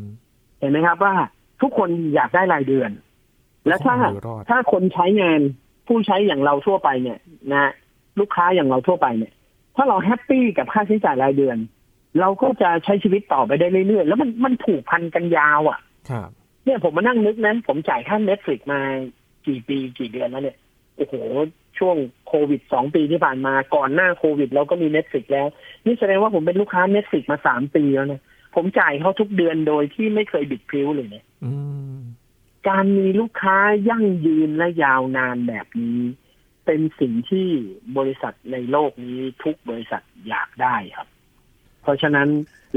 B: เห็นไหมครับว่าทุกคนอยากได้รายเดือน และถ้า
A: ของอยู่รอด
B: ถ้าคนใช้งานผู้ใช้อย่างเราทั่วไปเนี่ยนะ ลูกค้าอย่างเราทั่วไปเนี่ย ถ้าเราแฮปปี้กับค่าใช้จ่ายรายเดือน เราก็จะใช้ชีวิตต่อไปได้เรื่อยๆ แล้วมันมันถูกพันกันยาวอะ่ะ
A: ครับ
B: เนี่ยผมมานั่งนึกนะผมจ่ายค่าเน็ตฟลิกมากี่ปีกี่เดือนแล้วเนี่ยโอ้โห ช่วงโควิดสองปีที่ผ่านมาก่อนหน้าโควิด เราก็มีเน็ตฟลิกแล้ว นี่แสดงว่าผมเป็นลูกค้าเน็ตฟลิกมาสามปีแล้วนะผมจ่ายเขาทุกเดือนโดยที่ไม่เคยบิดพริ้วเลยเนี่ย
A: อืม
B: การมีลูกค้ายั่งยืนและยาวนานแบบนี้ เป็นสิ่งที่บริษัทในโลกนี้ทุกบริษัทอยากได้ครับ เพราะฉะนั้น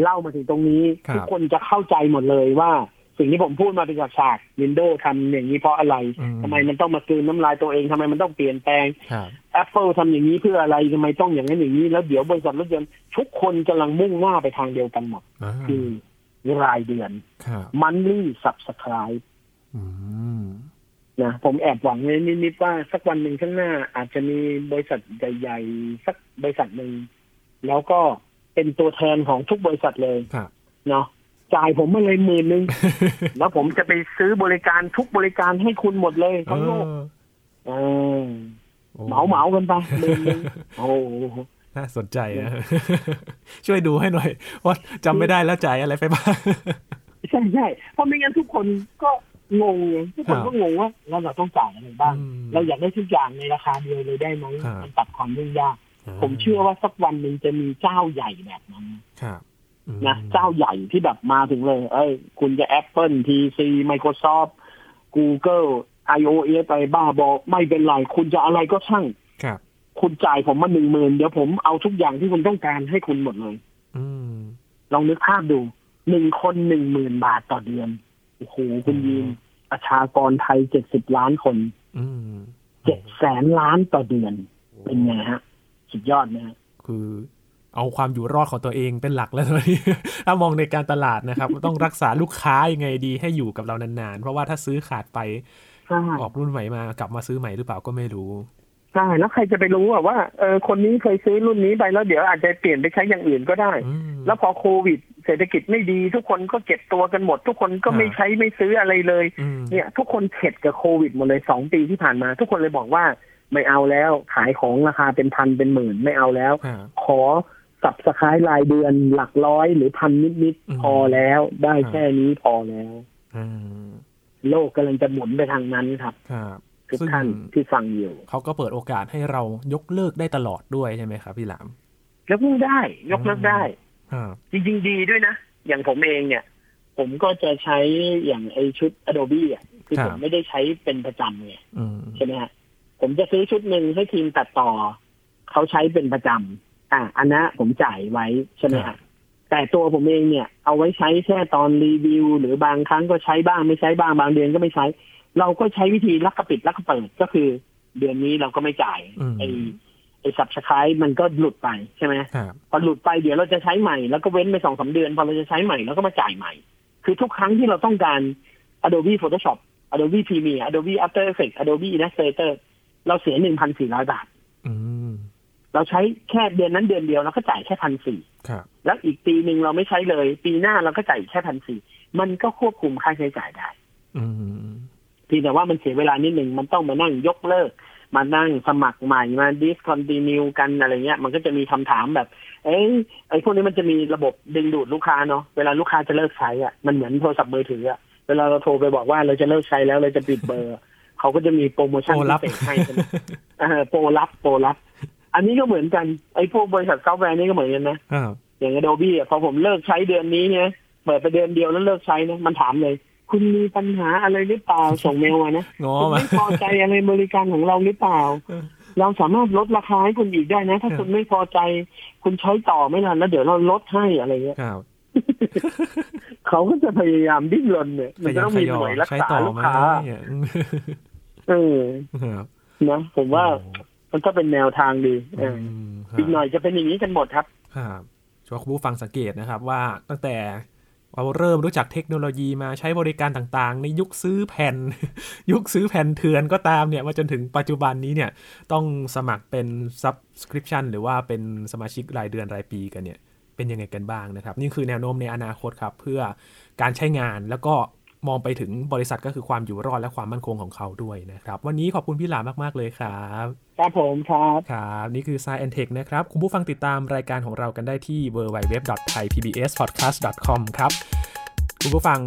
B: เล่ามาถึงตรงนี้
A: ครับ
B: ทุกคนจะเข้าใจหมดเลยว่า สิ่งที่ผมพูดมาเป็นฉากวินโดว์ทำอย่างนี้เพราะอะไร
A: อื
B: ทำไมมันต้องมากลืนน้ำลายตัวเองทำไมมันต้องเปลี่ยนแปลง
A: ครับ
B: Apple ทำอย่างนี้เพื่ออะไรทำไมต้องอย่างนั้นอย่างนี้ แล้วเดี๋ยวบริษัทรถยนต์ทุกคนกำลังมุ่งหน้าไปทางเดียวกันหมด
A: อ่า
B: คือรายเดือน
A: ครับ
B: monthly subscribe
A: อืม
B: นะผมแอบหวังไว้นิดๆว่าสักวันหนึ่งข้างหน้า อาจจะมีบริษัทใหญ่ๆ สักบริษัทหนึ่งแล้วก็เป็นตัวแทนของทุกบริษัทเลย
A: ครับ
B: เนาะจ่ายผมมาเลยหมื่นหนึ่ง แล้วผมจะไปซื้อบริการทุกบริการให้คุณหมดเลยทั้งโลก
A: เออ
B: เออ
A: โอ้
B: เหมาเหมาๆกันไปหมื่น หนึ่งโอ้โห
A: น่าสนใจนะ ช่วยดูให้หน่อยว่าจำไม่ได้แล้วจ่ายอะไรไปบ้าง
B: ใช่ใช่เพราะไม่งั้นทุกคนก็งงไงทุกคนก็งงว่าแล้วเราต้องจ่ายอะไรบ้าง
A: อืม
B: เราอยากได้ทุกอย่างในราคาเดียวเลยได้ไหม
A: ครับ
B: มันตัดความยุ่งยาก ผมเชื่อว่าสักวันหนึ่งจะมีเจ้าใหญ่แบบนั้น
A: ครับอืม
B: นะเจ้าใหญ่ที่แบบมาถึงเลย เอ้ย คุณจะ Apple PC Microsoft Google iOS ไปบ้าบอกไม่เป็นไร คุณจะอะไรก็ช่าง
A: ครับ
B: คุณจ่ายผมมาหนึ่งหมื่นเดี๋ยวผมเอาทุกอย่างที่คุณต้องการให้คุณหมดเลย
A: อืม
B: ลองนึกภาพดูหนึ่งคนหนึ่งหมื่นบาทต่อเดือนโอ้โหคุณยี
A: อื
B: น
A: ม
B: ประชากรไทยเจ็ดสิบล้านคน
A: อืม
B: เจ็ดแสนล้านต่อเดือน เป็นไงฮะ สุดยอดนะฮะ
A: คือ เอาความอยู่รอดของตัวเองเป็นหลักแล้วตอนนี้ ถ้ามองในการตลาดนะครับ ต้องรักษาลูกค้ายังไงดีให้อยู่กับเรานานๆ เพราะว่าถ้าซื้อขาดไป
B: ใช่
A: ออกรุ่นใหม่มากลับมาซื้อใหม่หรือเปล่าก็ไม่รู้
B: ใช่แล้วใครจะไปรู้อะว่าเออคนนี้เคยซื้อรุ่นนี้ไปแล้วเดี๋ยวอาจจะเปลี่ยนไปใช้อย่างอื่นก็ได้
A: อืม
B: แล้วพอโควิด เศรษฐกิจไม่ดี ทุกคนก็เก็บตัวกันหมด ทุกคนก็ไม่
A: อ่า
B: ใช้ไม่ซื้ออะไรเลย
A: อืม
B: เนี่ย ทุกคนเข็ดกับโควิดหมดเลยสองปีที่ผ่านมา ทุกคนเลยบอกว่าไม่เอาแล้วขายของราคาเป็นพันเป็นหมื่นไม่เอาแล้ว
A: ครับ
B: ขอสับสคายรายเดือนหลักร้อยหรือพันนิด
A: อืม
B: ๆพอแล้ว ได้แค่นี้พอแล้ว
A: อืม
B: โลกกำลังจะหมุนไปทางนั้นครับ
A: ครับ
B: ทุก
A: ซึ่ง
B: ท่านที่ฟังอยู่
A: เขาก็เปิดโอกาสให้เรายกเลิกได้ตลอดด้วยใช่ไหมครับพี่หลาม
B: ยกเลิกได้ยกเลิกได้
A: ครับ
B: จริง ๆ ดีด้วยนะ อย่างผมเองเนี่ย ผมก็จะใช้อย่างไอชุด Adobe อ่ะคือ
A: ครับ
B: ผมไม่ได้ใช้เป็นประจำไง
A: อืม
B: ใช่ไหมฮะ ผมจะซื้อชุดหนึ่งให้ทีมตัดต่อ เขาใช้เป็นประจำอ่ะอันนั้นผมจ่ายไว้ใช่ไหมฮะแต่ตัวผมเองเนี่ย เอาไว้ใช้แค่ตอนรีวิว หรือบางครั้งก็ใช้บ้างไม่ใช้บ้างบางเดือนก็ไม่ใช้ เราก็ใช้วิธีลักกระปิดลักกระเปิดก็คือ เดือนนี้เราก็ไม่จ่าย
A: อืม
B: ไอไอสับสคายมันก็หลุดไปใช่ไหม
A: ครับ
B: พอหลุดไปเดี๋ยวเราจะใช้ใหม่แล้วก็เว้นไปสองสาเดือนพอเราจะใช้ใหม่แล้วก็มาจ่ายใหม่ คือทุกครั้งที่เราต้องการ Adobe Photoshop Adobe Premiere Adobe After Effects Adobe Illustrator เราเสียหนึ่งพันสี่ร้อยบาท
A: อืม
B: เราใช้แค่เดือนนั้นเดือนเดียวเราก็จ่ายแค่พันสี่
A: ครับ
B: แล้วอีกปีหนึ่งเราไม่ใช้เลย ปีหน้าเราก็จ่ายแค่พันสี่มันก็ควบคุมค่าใช้จ่ายได้
A: อืม
B: เพียงแต่ว่ามันเสียเวลานิดหนึ่งมันต้องมานั่งยกเลิก มานั่งสมัครใหม่มา discontinue กันอะไรเงี้ย มันก็จะมีคำถามแบบ เอ้ยไอ้พวกนี้มันจะมีระบบดึงดูดลูกค้าเนาะเวลาลูกค้าจะเลิกใช้อ่ะมันเหมือนโทรศัพท์มือถืออ่ะเวลาเราโทรไปบอกว่าเราจะเลิกใช้แล้วเราจะปิดเบอร์ เขาก็จะมีโปรโมชั่น
A: โอ้
B: พิ
A: รับ
B: เศษให้ใช่ไหมเออโปรรับโปรรับ อันนี้ก็เหมือนกันไอ้พวกบริษัทซอฟต์แวร์นี่ก็เหมือนกันนะ
A: ครับ
B: อย่าง Adobe อ่ะพอผมเลิกใช้เดือนนี้เนี่ยเปิดไปเดือนเดียวแล้วเลิกใช้นะมันถามเลย คุณมีปัญหาอะไรหรือเปล่าส่งเมลมานะ
A: ง้อ
B: คุณ
A: มา
B: ไม่พอใจอะไรบริการของเราหรือเปล่า
A: เออ
B: เราสามารถลดราคาให้คุณอีกได้นะ ถ้า
A: ครับ
B: คุณไม่พอใจ คุณใช้ต่อไม่นานแล้วเดี๋ยวเราลดให้อะไรเงี้ย
A: ครับ
B: เขาก็จะพยายามดิ้นรนเนี่ย มันจะต้องมีหน่วยรัก
A: ใช้
B: ษา
A: ต่อ
B: ลูก
A: ไหม
B: ค้า
A: เนี่ย
B: เออ
A: ครับ
B: นะผมว่ามันก็เป็นแนวทางดีเอออ
A: มค
B: อีกหน่
A: รั
B: อบ ยจะเป็นอย่างนี้กันหมดครับ
A: ครับชวนคุณผู้ฟังสังเกตนะครับว่าตั้งแต่เราเริ่มรู้จักเทคโนโลยีมาใช้บริการต่างๆ ในยุคซื้อแผ่น ยุคซื้อแผ่นเถื่อนก็ตามเนี่ยมาจนถึงปัจจุบันนี้เนี่ยต้องสมัครเป็น subscription หรือว่าเป็นสมาชิกรายเดือนรายปีกันเนี่ยเป็นยังไงกันบ้างนะครับ นี่คือแนวโน้มในอนาคตครับ เพื่อการใช้งานแล้วก็มองไปถึงบริษัทก็คือความอยู่รอดและความมั่นคงของเขาด้วยนะครับ วันนี้ขอบคุณพี่หลามมากๆเลยครับ
B: ครับผมครับ
A: ครับนี่คือ Science and Tech นะครับ คุณผู้ฟังติดตามรายการของเรากันได้ที่ www.thaipbspodcast.com ครับ คุณผู้ฟัง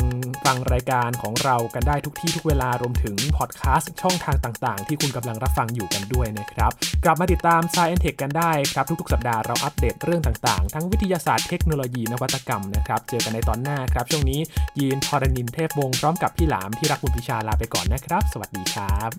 A: ฟังรายการของเรากันได้ทุกที่ทุกเวลารวมถึงพอดแคสต์ช่องทางต่างๆ ที่คุณกำลังรับฟังอยู่กันด้วยนะครับ กลับมาติดตาม Science Tech กันได้ครับ ทุกๆ สัปดาห์เราอัปเดตเรื่องต่างๆ ทั้งวิทยาศาสตร์เทคโนโลยีนวัตกรรมนะครับ เจอกันในตอนหน้าครับ ช่วงนี้ยีนทรณินเทพวงศ์พร้อมกับพี่หลามที่รักคุณพิชาลาไปก่อนนะครับ สวัสดีครับ